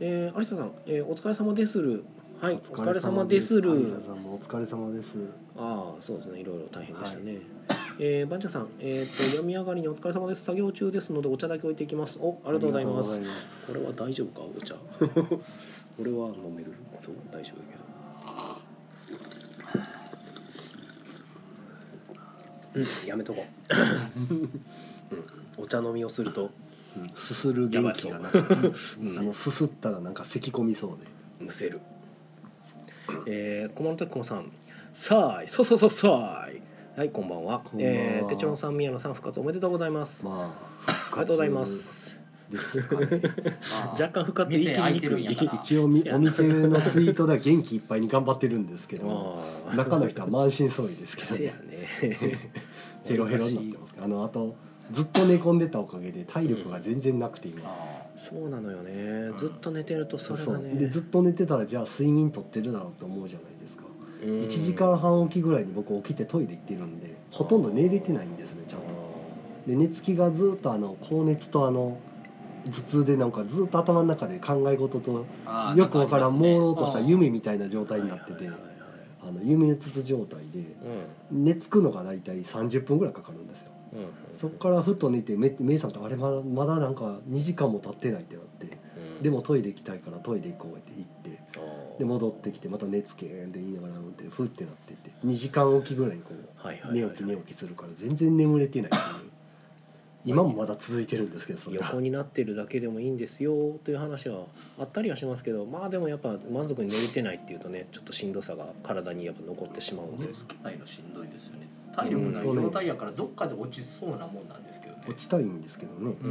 [SPEAKER 1] えー、有田さん、えーお疲れ様でするはいお
[SPEAKER 2] ええ
[SPEAKER 1] 疲れ様です
[SPEAKER 2] お疲れ
[SPEAKER 1] る
[SPEAKER 2] 様有田さんもお疲れ様です
[SPEAKER 1] ああそうですねいろいろ大変でしたね、えーバンチャさん、えー、と病み上がりにお疲れ様です作業中ですのでお茶だけ置いていきますおあ
[SPEAKER 2] あ
[SPEAKER 1] りがとうございます
[SPEAKER 2] りがとうござい
[SPEAKER 1] これは大丈夫かお茶 俺は飲めるそう大丈夫だけどうんやめとこう、 うん、お茶飲みをすると
[SPEAKER 2] ますすする元気がなくて
[SPEAKER 1] うん
[SPEAKER 2] あのすすったらなんか咳き込みそうで
[SPEAKER 1] むせる。えー、駒の時駒さん、さあい、そうそうそうさあい。はい、こんばんは。
[SPEAKER 2] こんばんは
[SPEAKER 1] ええー、手帳さん、宮野さん、復活おめでとうございます。あ
[SPEAKER 2] ま
[SPEAKER 1] り
[SPEAKER 2] あ
[SPEAKER 1] がとうございます。
[SPEAKER 2] ですかね
[SPEAKER 1] 若干復活
[SPEAKER 3] 店
[SPEAKER 1] 言い切り
[SPEAKER 3] 開い
[SPEAKER 1] に
[SPEAKER 3] て
[SPEAKER 1] く
[SPEAKER 3] るんやか
[SPEAKER 1] い。
[SPEAKER 3] ら。
[SPEAKER 2] 一応みお店のツイートでは元気いっぱいに頑張ってるんですけど
[SPEAKER 1] ああ、
[SPEAKER 2] 中の人は満身創痍ですけど
[SPEAKER 1] せやね。
[SPEAKER 2] ヘロヘロになってますけどあのあとずっと寝込んでたおかげで体力が全然なくて今、
[SPEAKER 1] そうなのよね。ずっと寝てるとそれ
[SPEAKER 2] そ
[SPEAKER 1] が
[SPEAKER 2] う
[SPEAKER 1] ね。
[SPEAKER 2] でずっと寝てたらじゃあ睡眠とってるだろうと思うじゃないですか、
[SPEAKER 1] うん
[SPEAKER 2] 1時間。半おきぐらいに僕起きてトイレ行ってるんでほとんど寝れてないんですねちゃんとで寝つきがずっとあの高熱とあの頭痛でなんかずっと頭の中で考え事と
[SPEAKER 3] あー
[SPEAKER 2] よくわからん朦朧とした。
[SPEAKER 3] なんかありますね
[SPEAKER 2] 夢みたいな状態になってて
[SPEAKER 1] はいはいはいはい
[SPEAKER 2] あの夢うつつ状態で寝つくのが大体30分ぐらいかかるんですよ
[SPEAKER 1] うん。うん。
[SPEAKER 2] そっからふと寝て目目覚めたあれまだまだなんか2時間も経ってないってなって
[SPEAKER 1] うん
[SPEAKER 2] でも。トイレ行きたいからトイレ行こうって言って
[SPEAKER 1] あー
[SPEAKER 2] で戻ってきてまた寝つけんって言いながら飲んでふってなってて2時間おきぐらいにこう
[SPEAKER 1] はいはいはい
[SPEAKER 2] 寝
[SPEAKER 1] はい
[SPEAKER 2] 起き寝起きするから全然眠れてないって いう今もまだ続いてるんですけどそれは
[SPEAKER 1] 横になってるだけでもいいんですよという話はあったりはしますけどまあでもやっぱ満足に寝れてないっていうとねちょっとしんどさが体にやっぱ残ってしまうの
[SPEAKER 3] 寝
[SPEAKER 1] で
[SPEAKER 3] つけないのしんどいですよね。体力ない状態やからどっかで落ちそうなもんなんですけどね。
[SPEAKER 2] 落ちたいんですけどね
[SPEAKER 1] うー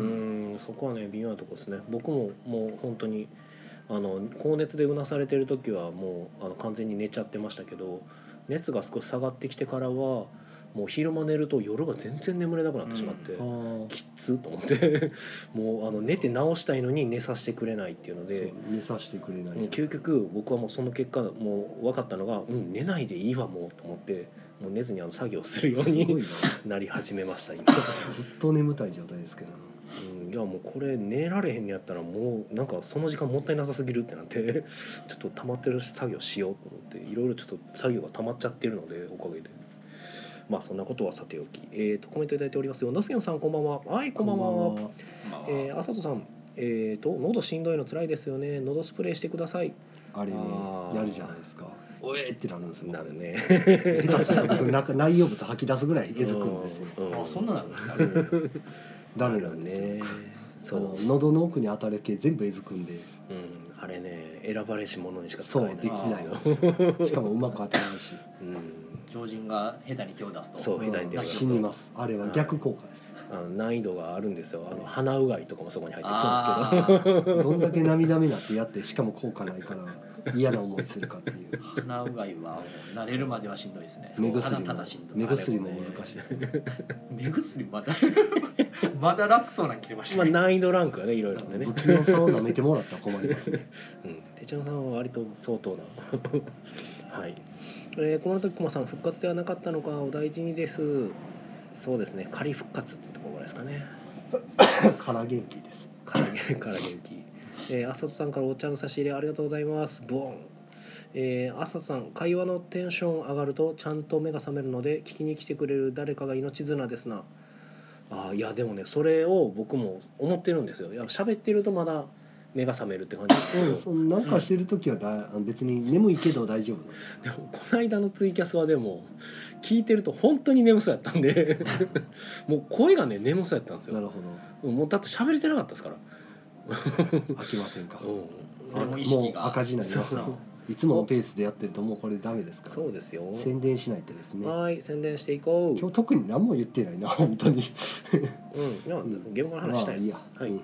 [SPEAKER 1] んそこはね微妙なとこですね僕ももう本当にあの高熱でうなされてる時はもうあの完全に寝ちゃってましたけど熱が少し下がってきてからはもう昼間寝ると夜が全然眠れなくなってしまって、
[SPEAKER 3] う
[SPEAKER 2] ー
[SPEAKER 1] きっつと思って もうあの寝て直したいのに寝させてくれないっていうので
[SPEAKER 2] そう寝させてくれない、
[SPEAKER 1] うん究極僕はもうその結果もう分かったのが、うん、寝ないでいいわもうと思ってもう寝ずにあの作業するよう
[SPEAKER 2] すごい
[SPEAKER 1] に
[SPEAKER 2] なず
[SPEAKER 1] なり始めました今、
[SPEAKER 2] っと眠たい状態ですけど
[SPEAKER 1] うん、いやもうこれ寝られへんのやったらもうなんかその時間もったいなさすぎるってなってちょっと溜まってる作業しようと思っていろいろちょっと作業が溜まっちゃってるのでおかげで。まあそんなことはさておき、えー、とコメントいただいておりますよ。ナスケンさんこんばんは。はいこんばんは。
[SPEAKER 2] は
[SPEAKER 3] まあ
[SPEAKER 1] えー、あさとさん、えー、と喉しんどいの辛いですよね喉スプレーしてください
[SPEAKER 2] あれね
[SPEAKER 1] あー
[SPEAKER 2] やるじゃないですかおえーってなるんですよ
[SPEAKER 1] なるね
[SPEAKER 2] 下手すると僕中内容物吐き出すぐらいえずくんですよ、
[SPEAKER 1] う
[SPEAKER 3] あそんなのあるんですか
[SPEAKER 2] うんダメ
[SPEAKER 1] な
[SPEAKER 2] な
[SPEAKER 1] る
[SPEAKER 2] んですよ、
[SPEAKER 1] ねそ、
[SPEAKER 2] そうの喉の奥に当たる系全部えずくんで
[SPEAKER 1] うん、あれね選ばれし者にしか使えないん
[SPEAKER 2] そう
[SPEAKER 3] できない
[SPEAKER 1] よ、
[SPEAKER 2] しかもうまく当たらないし
[SPEAKER 1] うん、
[SPEAKER 3] 常人が下手に手を出すと
[SPEAKER 1] そう下手に手を出すと
[SPEAKER 2] 死にますあれは逆効果です
[SPEAKER 1] あの難易度があるんですよあの鼻うがいとかもそこに入ってくるんです
[SPEAKER 3] あー
[SPEAKER 2] どんだけ涙目なってやってしかも効果ないから嫌な思いするかっていう
[SPEAKER 3] 鼻うがいはもう慣れるまではしんどいですね
[SPEAKER 2] 目
[SPEAKER 3] 鼻
[SPEAKER 2] 薬
[SPEAKER 3] た
[SPEAKER 2] も
[SPEAKER 3] だしんどい
[SPEAKER 2] 目
[SPEAKER 1] ぐ
[SPEAKER 2] 薬も難しいですね
[SPEAKER 3] 目薬まだ まだ楽そうなん切れまし
[SPEAKER 1] け
[SPEAKER 3] た
[SPEAKER 1] ど、
[SPEAKER 3] ね、
[SPEAKER 1] まあ、難易度ランクがねいろいろあってね
[SPEAKER 2] 不、器用さを舐めてもらったら困りますね
[SPEAKER 1] うん、手帳さんは割と相当な はい、えー、この時駒さん復活ではなかったのかお大事にですそうですね仮復活ってところぐらいですかね
[SPEAKER 2] から元気です
[SPEAKER 1] からげから元気。えー、浅田さんからお茶の差し入れありがとうございます。ボーン。えー、浅田さん会話のテンション上がるとちゃんと目が覚めるので聞きに来てくれる誰かが命綱ですな。あーいやでもねそれを僕も思ってるんですよ。いや喋ってるとまだ目が覚めるって感じですけ
[SPEAKER 2] う
[SPEAKER 1] ど
[SPEAKER 2] ん、そのなんかしてる時はだ別に眠いけど大丈夫
[SPEAKER 1] でもこの間のツイキャスはでも聞いてると本当に眠そうやったんでもう声がね眠そうやったんです
[SPEAKER 2] な
[SPEAKER 1] よ。
[SPEAKER 2] るほど
[SPEAKER 1] もうだって喋れてなかったですから。
[SPEAKER 2] 飽きませんか
[SPEAKER 1] うん
[SPEAKER 3] それも意識が
[SPEAKER 2] もう赤字になります
[SPEAKER 3] そう
[SPEAKER 2] ねいつものペースでやってるともうこれダメですから
[SPEAKER 1] そうですよ。
[SPEAKER 2] 宣伝しないとですね
[SPEAKER 1] はい、宣伝していこ
[SPEAKER 2] 今日特に何も言ってないな本当に
[SPEAKER 1] う。うん、いや
[SPEAKER 2] ん
[SPEAKER 1] ゲームの話した
[SPEAKER 2] まあい
[SPEAKER 1] い。
[SPEAKER 2] いや
[SPEAKER 1] はい
[SPEAKER 2] うん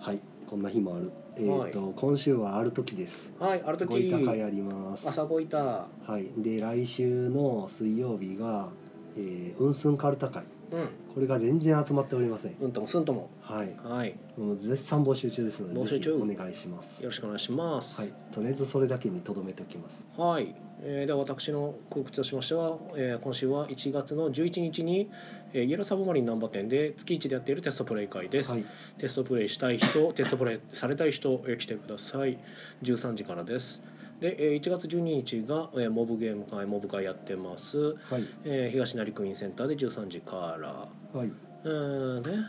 [SPEAKER 2] はいこんな日もあるえっ、と、今週はある時です
[SPEAKER 1] はい、ある
[SPEAKER 2] ごい
[SPEAKER 1] 時
[SPEAKER 2] た。会あります
[SPEAKER 1] 朝ごいた。
[SPEAKER 2] はい、で来週の水曜日が、えー、うんすんかるた会
[SPEAKER 1] うん、
[SPEAKER 2] これが全然集まっておりません
[SPEAKER 1] うんともすんとも。
[SPEAKER 2] はい
[SPEAKER 1] はい、
[SPEAKER 2] もう絶賛募集中ですので
[SPEAKER 1] 募集中
[SPEAKER 2] ぜひお願いします
[SPEAKER 1] よろしくお願いします。
[SPEAKER 2] はい、とりあえずそれだけにとどめておきます
[SPEAKER 1] はい、えーでは私の告知としましては、えー今週は1月の11日に、えーイエローサブマリン難波店で月1でやっているテストプレイ会です、
[SPEAKER 2] はい、
[SPEAKER 1] テストプレイしたい人 テストプレイされたい人、えー来てください13時からですで、えー1月12日が、えーモブゲーム会モブ会やってます、
[SPEAKER 2] はい
[SPEAKER 1] えー東成クイーンセンターで13時から
[SPEAKER 2] はい、
[SPEAKER 1] うーんね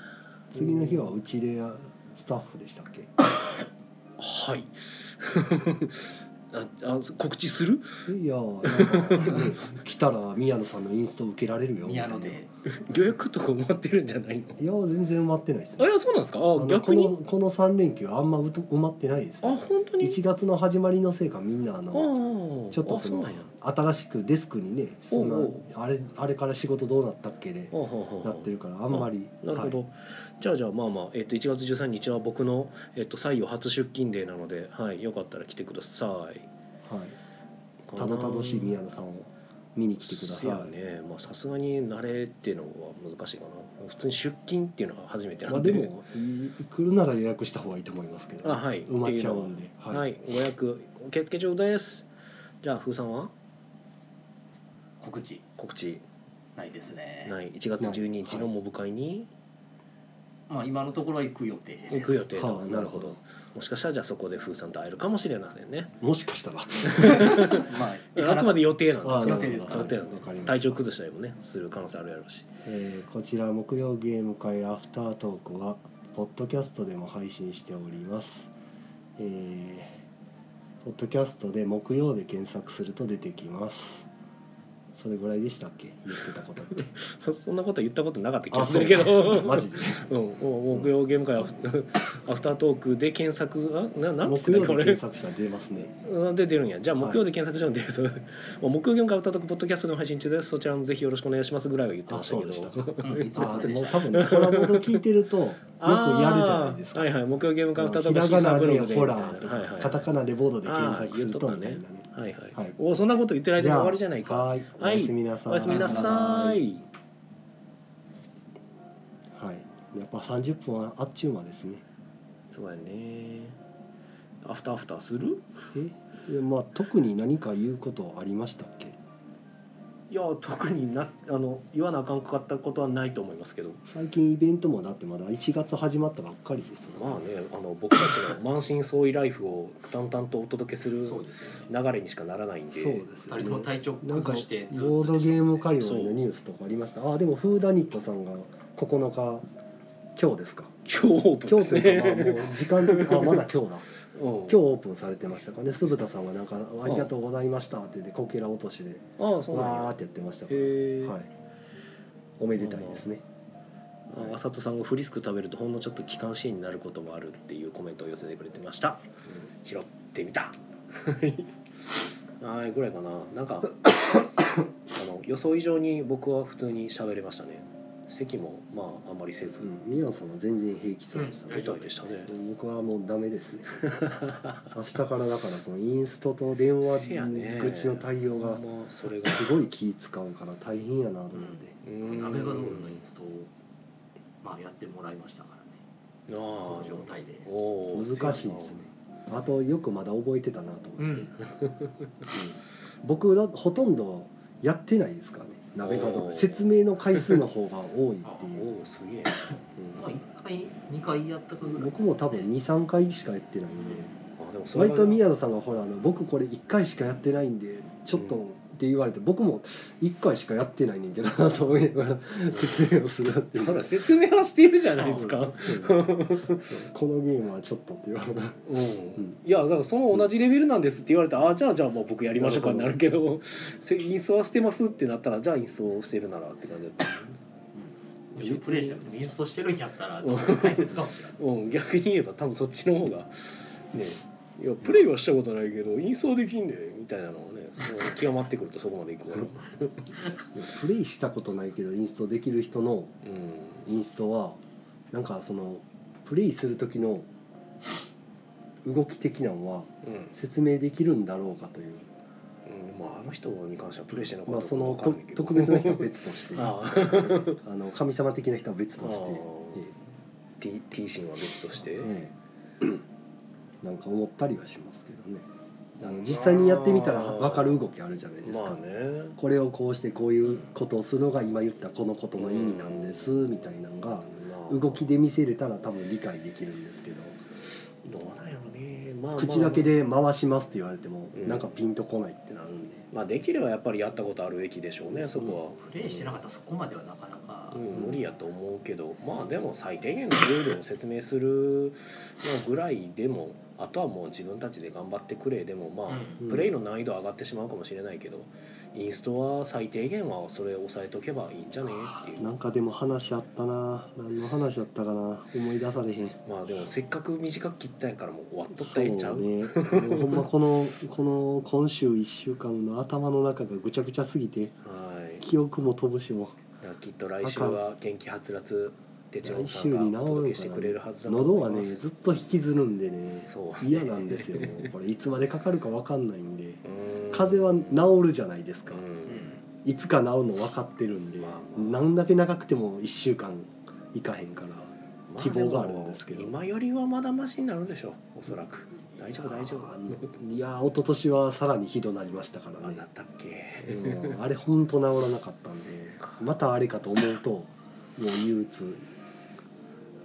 [SPEAKER 2] 次の日はうちであスタッフでしたっけ
[SPEAKER 1] はい ああ告知する
[SPEAKER 2] いやなんか、ね、来たら宮野さんのインスト受けられるよ
[SPEAKER 3] 宮野
[SPEAKER 2] みたい
[SPEAKER 3] で
[SPEAKER 1] 予約とか埋まってるんじゃないの
[SPEAKER 2] ないや全然埋まってないです
[SPEAKER 1] あいやそうなんですか
[SPEAKER 2] あの
[SPEAKER 1] あ逆に
[SPEAKER 2] このこの3連休あんまうと埋まってないです、
[SPEAKER 1] あ本当に
[SPEAKER 2] 1月の始まりのせいかみんなあ
[SPEAKER 1] あ
[SPEAKER 2] の
[SPEAKER 1] あ
[SPEAKER 2] ちょっと
[SPEAKER 1] あ
[SPEAKER 2] そ
[SPEAKER 1] そう
[SPEAKER 2] の
[SPEAKER 1] なんや
[SPEAKER 2] 新しくデスクにねそんな
[SPEAKER 1] おう
[SPEAKER 2] あれあれから仕事どうなったっけで
[SPEAKER 1] ああああ
[SPEAKER 2] なってるからあんまり
[SPEAKER 1] なるほど、
[SPEAKER 2] はい
[SPEAKER 1] じゃあじゃあまあまあ、えっと1月13日は僕の、えっと採用初出勤デーなので、はい、よかったら来てください
[SPEAKER 2] はいたどたどしい宮野さんを見に来てくださ
[SPEAKER 1] せや
[SPEAKER 2] い
[SPEAKER 1] ねまあさすがに慣れっていうのは難しいかな普通に出勤っていうのが初めてな
[SPEAKER 2] まあ
[SPEAKER 1] んで、
[SPEAKER 2] でもい来るなら予約した方がいいと思いますけど
[SPEAKER 1] あはい
[SPEAKER 2] 埋まっちゃうんで
[SPEAKER 1] はい、ご予約受付中ですじゃあ風さんは
[SPEAKER 3] 告知
[SPEAKER 1] 告知
[SPEAKER 3] ないですね
[SPEAKER 1] ない1月12日のモブ会に
[SPEAKER 3] まあ今のところは行く予定です
[SPEAKER 1] 行く予定と、
[SPEAKER 2] はあ
[SPEAKER 1] な
[SPEAKER 2] な
[SPEAKER 1] る
[SPEAKER 2] る
[SPEAKER 1] ほ
[SPEAKER 2] ほど
[SPEAKER 1] どもしかしたらじゃあそこで風さんと会えるかもしれませんね
[SPEAKER 2] もし かしたら
[SPEAKER 3] まあ行か
[SPEAKER 1] あ
[SPEAKER 3] な
[SPEAKER 1] く
[SPEAKER 3] か
[SPEAKER 1] ま
[SPEAKER 3] っ
[SPEAKER 1] で予定なんです
[SPEAKER 3] 予定ですか
[SPEAKER 1] 予定な
[SPEAKER 2] わかり
[SPEAKER 1] んで
[SPEAKER 2] ました
[SPEAKER 1] 体調崩したりもねする可能性あるやろうし
[SPEAKER 2] えーこちら木曜ゲーム会アフタートークはポッドキャストでも配信しております、えーポッドキャストで木曜で検索すると出てきますそれぐらいでしたっけ言ってたこと って
[SPEAKER 1] そそんなこと言ったことなかった気がするけど
[SPEAKER 2] マジで
[SPEAKER 1] うん、お木曜ゲーム会アフアフタートークで検索あななんつって
[SPEAKER 2] 木
[SPEAKER 1] た
[SPEAKER 2] 曜
[SPEAKER 1] っけ
[SPEAKER 2] 日検
[SPEAKER 1] 俺
[SPEAKER 2] 索したら出ますね
[SPEAKER 1] うんで出るんやじゃあ
[SPEAKER 2] はい
[SPEAKER 1] 木曜で検索しても出るそうお木曜ゲーム会アフタートークポッドキャストでも配信中ですそちらもぜひよろしくお願いしますぐらいは言ってましたけど
[SPEAKER 2] あそうでした
[SPEAKER 3] うんいつも
[SPEAKER 2] あ
[SPEAKER 3] そ
[SPEAKER 2] で
[SPEAKER 3] れで
[SPEAKER 2] も
[SPEAKER 3] した
[SPEAKER 2] 多分コラボと聞いてる とよくやるじゃないですか
[SPEAKER 1] あーはいはい木曜ゲーム会アフタート
[SPEAKER 2] ひ
[SPEAKER 1] ーク
[SPEAKER 2] ら
[SPEAKER 1] シ
[SPEAKER 2] が
[SPEAKER 1] ーサ
[SPEAKER 2] な
[SPEAKER 1] ーブロ
[SPEAKER 2] で
[SPEAKER 1] グで
[SPEAKER 2] ホラーと
[SPEAKER 1] はいは
[SPEAKER 2] か
[SPEAKER 1] い
[SPEAKER 2] カタカナでボードで検索すると
[SPEAKER 1] あー
[SPEAKER 2] み
[SPEAKER 1] 言っと
[SPEAKER 2] たいなね
[SPEAKER 1] はいはい、
[SPEAKER 2] はい
[SPEAKER 1] おそんなこと言ってないで終わりじゃないか
[SPEAKER 2] はーいお
[SPEAKER 1] はい
[SPEAKER 2] やすみなさい
[SPEAKER 1] おやすみなさい
[SPEAKER 2] はいやっぱ30分はあっちゅう間ですね
[SPEAKER 1] そうやねアフターアフターする
[SPEAKER 2] えでまあ特に何か言うことありましたっけ
[SPEAKER 1] いや特になあの言わなあかんかったことはないと思いますけど
[SPEAKER 2] 最近イベントもだってまだ1月始まったばっかりですよ
[SPEAKER 1] まあねあの僕たちの満身創痍ライフを淡々とお届けする
[SPEAKER 3] そう
[SPEAKER 1] 流
[SPEAKER 3] ですよね
[SPEAKER 1] れにしかならないんで
[SPEAKER 2] そうですよ
[SPEAKER 3] 二人とも体調
[SPEAKER 2] なんか
[SPEAKER 3] 崩
[SPEAKER 2] ボ
[SPEAKER 3] してずっと
[SPEAKER 2] ードゲーム界
[SPEAKER 3] で
[SPEAKER 2] 隈のニュースとかありましたあでもフーダニットさんが9日今日ですか
[SPEAKER 1] 今日オープン
[SPEAKER 2] 今
[SPEAKER 1] で
[SPEAKER 2] 日
[SPEAKER 1] す
[SPEAKER 2] というかまあも
[SPEAKER 1] ね。
[SPEAKER 2] う時間 的にあまだ今日だ
[SPEAKER 1] 今
[SPEAKER 2] 今日オープンされてましたかね鈴田さんがなんか「ありがとうございました」って言ってこけら落としで
[SPEAKER 1] ああそうなん
[SPEAKER 2] わー
[SPEAKER 1] や
[SPEAKER 2] っ。てやってましたから、
[SPEAKER 1] へえ。
[SPEAKER 2] はい、おめでたいですね
[SPEAKER 1] ああさとさんがフリスク食べるとほんのちょっと気管支炎になることもあるっていうコメントを寄せてくれてました。拾ってみた。はいぐらいかな。なん かあの予想以上に僕は普通に喋れましたね。席もまああんまりせず
[SPEAKER 2] う。ん宮野さんは全然平気そうでした
[SPEAKER 1] 大
[SPEAKER 2] ね、
[SPEAKER 1] 丈夫でしたね。
[SPEAKER 2] 僕はもうダメ ですね明日からだからそのインストと電話
[SPEAKER 1] せやね
[SPEAKER 2] 口の対応
[SPEAKER 1] ま
[SPEAKER 2] が
[SPEAKER 1] あまあそれが。
[SPEAKER 2] すごい気使うから大変やなと思って、
[SPEAKER 1] う
[SPEAKER 3] すよ
[SPEAKER 1] ん
[SPEAKER 3] ね。鍋がノルのインストをまあやってもらいましたからね。
[SPEAKER 1] なあ
[SPEAKER 3] この状態で。
[SPEAKER 1] おお
[SPEAKER 2] 難しいですねあとよくまだ覚えてたなと思って、
[SPEAKER 3] ん。
[SPEAKER 2] 僕だほとんどやってないですからね鍋
[SPEAKER 1] お
[SPEAKER 2] 角
[SPEAKER 1] ー
[SPEAKER 2] 説明の回数の方が多い っ
[SPEAKER 1] せや
[SPEAKER 2] て
[SPEAKER 1] な
[SPEAKER 2] いう、
[SPEAKER 1] おおすげえ。
[SPEAKER 3] まあ一回二回やったか
[SPEAKER 2] う
[SPEAKER 3] ぐら
[SPEAKER 2] ん
[SPEAKER 3] い。
[SPEAKER 2] 僕も多分23回しかやってないんで
[SPEAKER 1] あでもそれ
[SPEAKER 2] 割
[SPEAKER 1] が
[SPEAKER 2] と宮野さんがほらあの僕これ1回しかやってないんでちょっとって言われて僕も1回しかやってないねんけどなと思いながら説明をするっていう
[SPEAKER 1] そら説明はしているじゃないですか。
[SPEAKER 2] そうですこのゲームはちょっとって言われて
[SPEAKER 1] うん
[SPEAKER 2] ん
[SPEAKER 1] いやだからその同じレベルなんですって言われたら、あじゃあじゃあもう僕やりましょうかにな
[SPEAKER 2] なる
[SPEAKER 1] るけど せインストはしてますってなったらじゃあインストをしてるならって感じだった、
[SPEAKER 3] むしろプレイしなくてもインストしてるんやったら大切かもしれない。
[SPEAKER 1] うん、逆に言えば多分そっちの方がねいやプレイはしたことないけどインストはできんねみたいなのはねそう極まってくるとそこまでいくから、
[SPEAKER 2] プレイしたことないけどインストできる人の
[SPEAKER 1] う
[SPEAKER 2] インストはなんかそのプレイする時の動き的なのは
[SPEAKER 1] んうんうん
[SPEAKER 2] 説明できるんだろうかという、
[SPEAKER 1] まあ、あの人に関してはプレイしてなか
[SPEAKER 2] ま
[SPEAKER 1] っ
[SPEAKER 2] あ、
[SPEAKER 1] た
[SPEAKER 2] そ
[SPEAKER 1] から
[SPEAKER 2] の
[SPEAKER 1] わか
[SPEAKER 2] と
[SPEAKER 1] んないけど
[SPEAKER 2] 特別な人は別としてあ
[SPEAKER 1] ああ
[SPEAKER 2] の神様的な人は別として
[SPEAKER 1] あー
[SPEAKER 2] え
[SPEAKER 1] T, T シーンは別として、
[SPEAKER 2] えええ なんか思ったりはしますけどねあの実際にやってみたら分かる動きあるじゃないですか、
[SPEAKER 1] まあね
[SPEAKER 2] これをこうしてこういうことをするのが今言ったこのことの意味なんですみたいなのが動きで見せれたら多分理解できるんですけど
[SPEAKER 1] どうなんやろね、まあまあまあ、
[SPEAKER 2] 口だけで回しますって言われても
[SPEAKER 1] うん
[SPEAKER 2] なんかピンとこないってなるんで
[SPEAKER 1] まあできればやっぱりやったことあるべきでしょうねそこ
[SPEAKER 3] プレイしてなかったらそこまではなかなか
[SPEAKER 1] は、うん、無理やと思うけどまあでも最低限のルールを説明するのぐらいでもあとはもう自分たちで頑張ってくれでもまあ、
[SPEAKER 3] う
[SPEAKER 1] プレイの難易度は上がってしまうかもしれないけどインストは最低限はそれ抑えとけばいいんじゃねっていう
[SPEAKER 2] なんかでも話あったな何の話あったかな思い出されへん
[SPEAKER 1] まあでもせっかく短く切ったんやからもう終わっとった
[SPEAKER 2] そう
[SPEAKER 1] らええ
[SPEAKER 2] ね
[SPEAKER 1] んちゃう
[SPEAKER 2] もうほんまこのこの今週1週間の頭の中がぐちゃぐちゃすぎて
[SPEAKER 1] はい
[SPEAKER 2] 記憶も飛ぶしも
[SPEAKER 1] だからきっと来週は元気はつらつてちのさ
[SPEAKER 2] 来週
[SPEAKER 1] ん
[SPEAKER 2] に治る
[SPEAKER 1] が
[SPEAKER 2] か
[SPEAKER 1] お
[SPEAKER 2] な
[SPEAKER 1] 届けしてくれるはずだと
[SPEAKER 2] 喉
[SPEAKER 1] 思
[SPEAKER 2] はいね
[SPEAKER 1] ます
[SPEAKER 2] ずっと引きずるんでね
[SPEAKER 1] そう
[SPEAKER 2] 嫌なんですよもうこれいつまでかかるか分かんないんで
[SPEAKER 1] うん
[SPEAKER 2] 風邪は治るじゃないです
[SPEAKER 1] う
[SPEAKER 2] か、
[SPEAKER 1] ん
[SPEAKER 2] いつか治るの分かってるんで、
[SPEAKER 1] まあまあ
[SPEAKER 2] なんだけ長くても1週間いかへんから
[SPEAKER 1] まあ
[SPEAKER 2] 希望があるんですけど
[SPEAKER 1] も今よりはまだマシになるでしょうおそらく大丈夫大丈夫
[SPEAKER 2] あのいやー一昨年はさらにひどなりましたから
[SPEAKER 1] あ
[SPEAKER 2] ね
[SPEAKER 1] なったっけ
[SPEAKER 2] うんあれほんと治らなかったんでまたあれかと思うともう憂鬱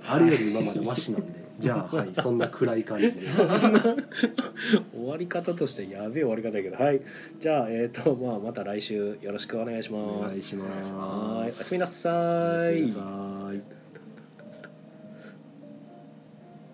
[SPEAKER 2] あれより今までマシなんで、じゃあはいそんな暗い感じで
[SPEAKER 1] 終わり方としてやべえ終わり方やけどはいじゃあえっ、とまあまた 来週よろしくお願いし
[SPEAKER 2] お
[SPEAKER 1] ま
[SPEAKER 2] 願い
[SPEAKER 1] す
[SPEAKER 2] します
[SPEAKER 1] はいおやすみなさ
[SPEAKER 2] おやす
[SPEAKER 1] い
[SPEAKER 2] みなさい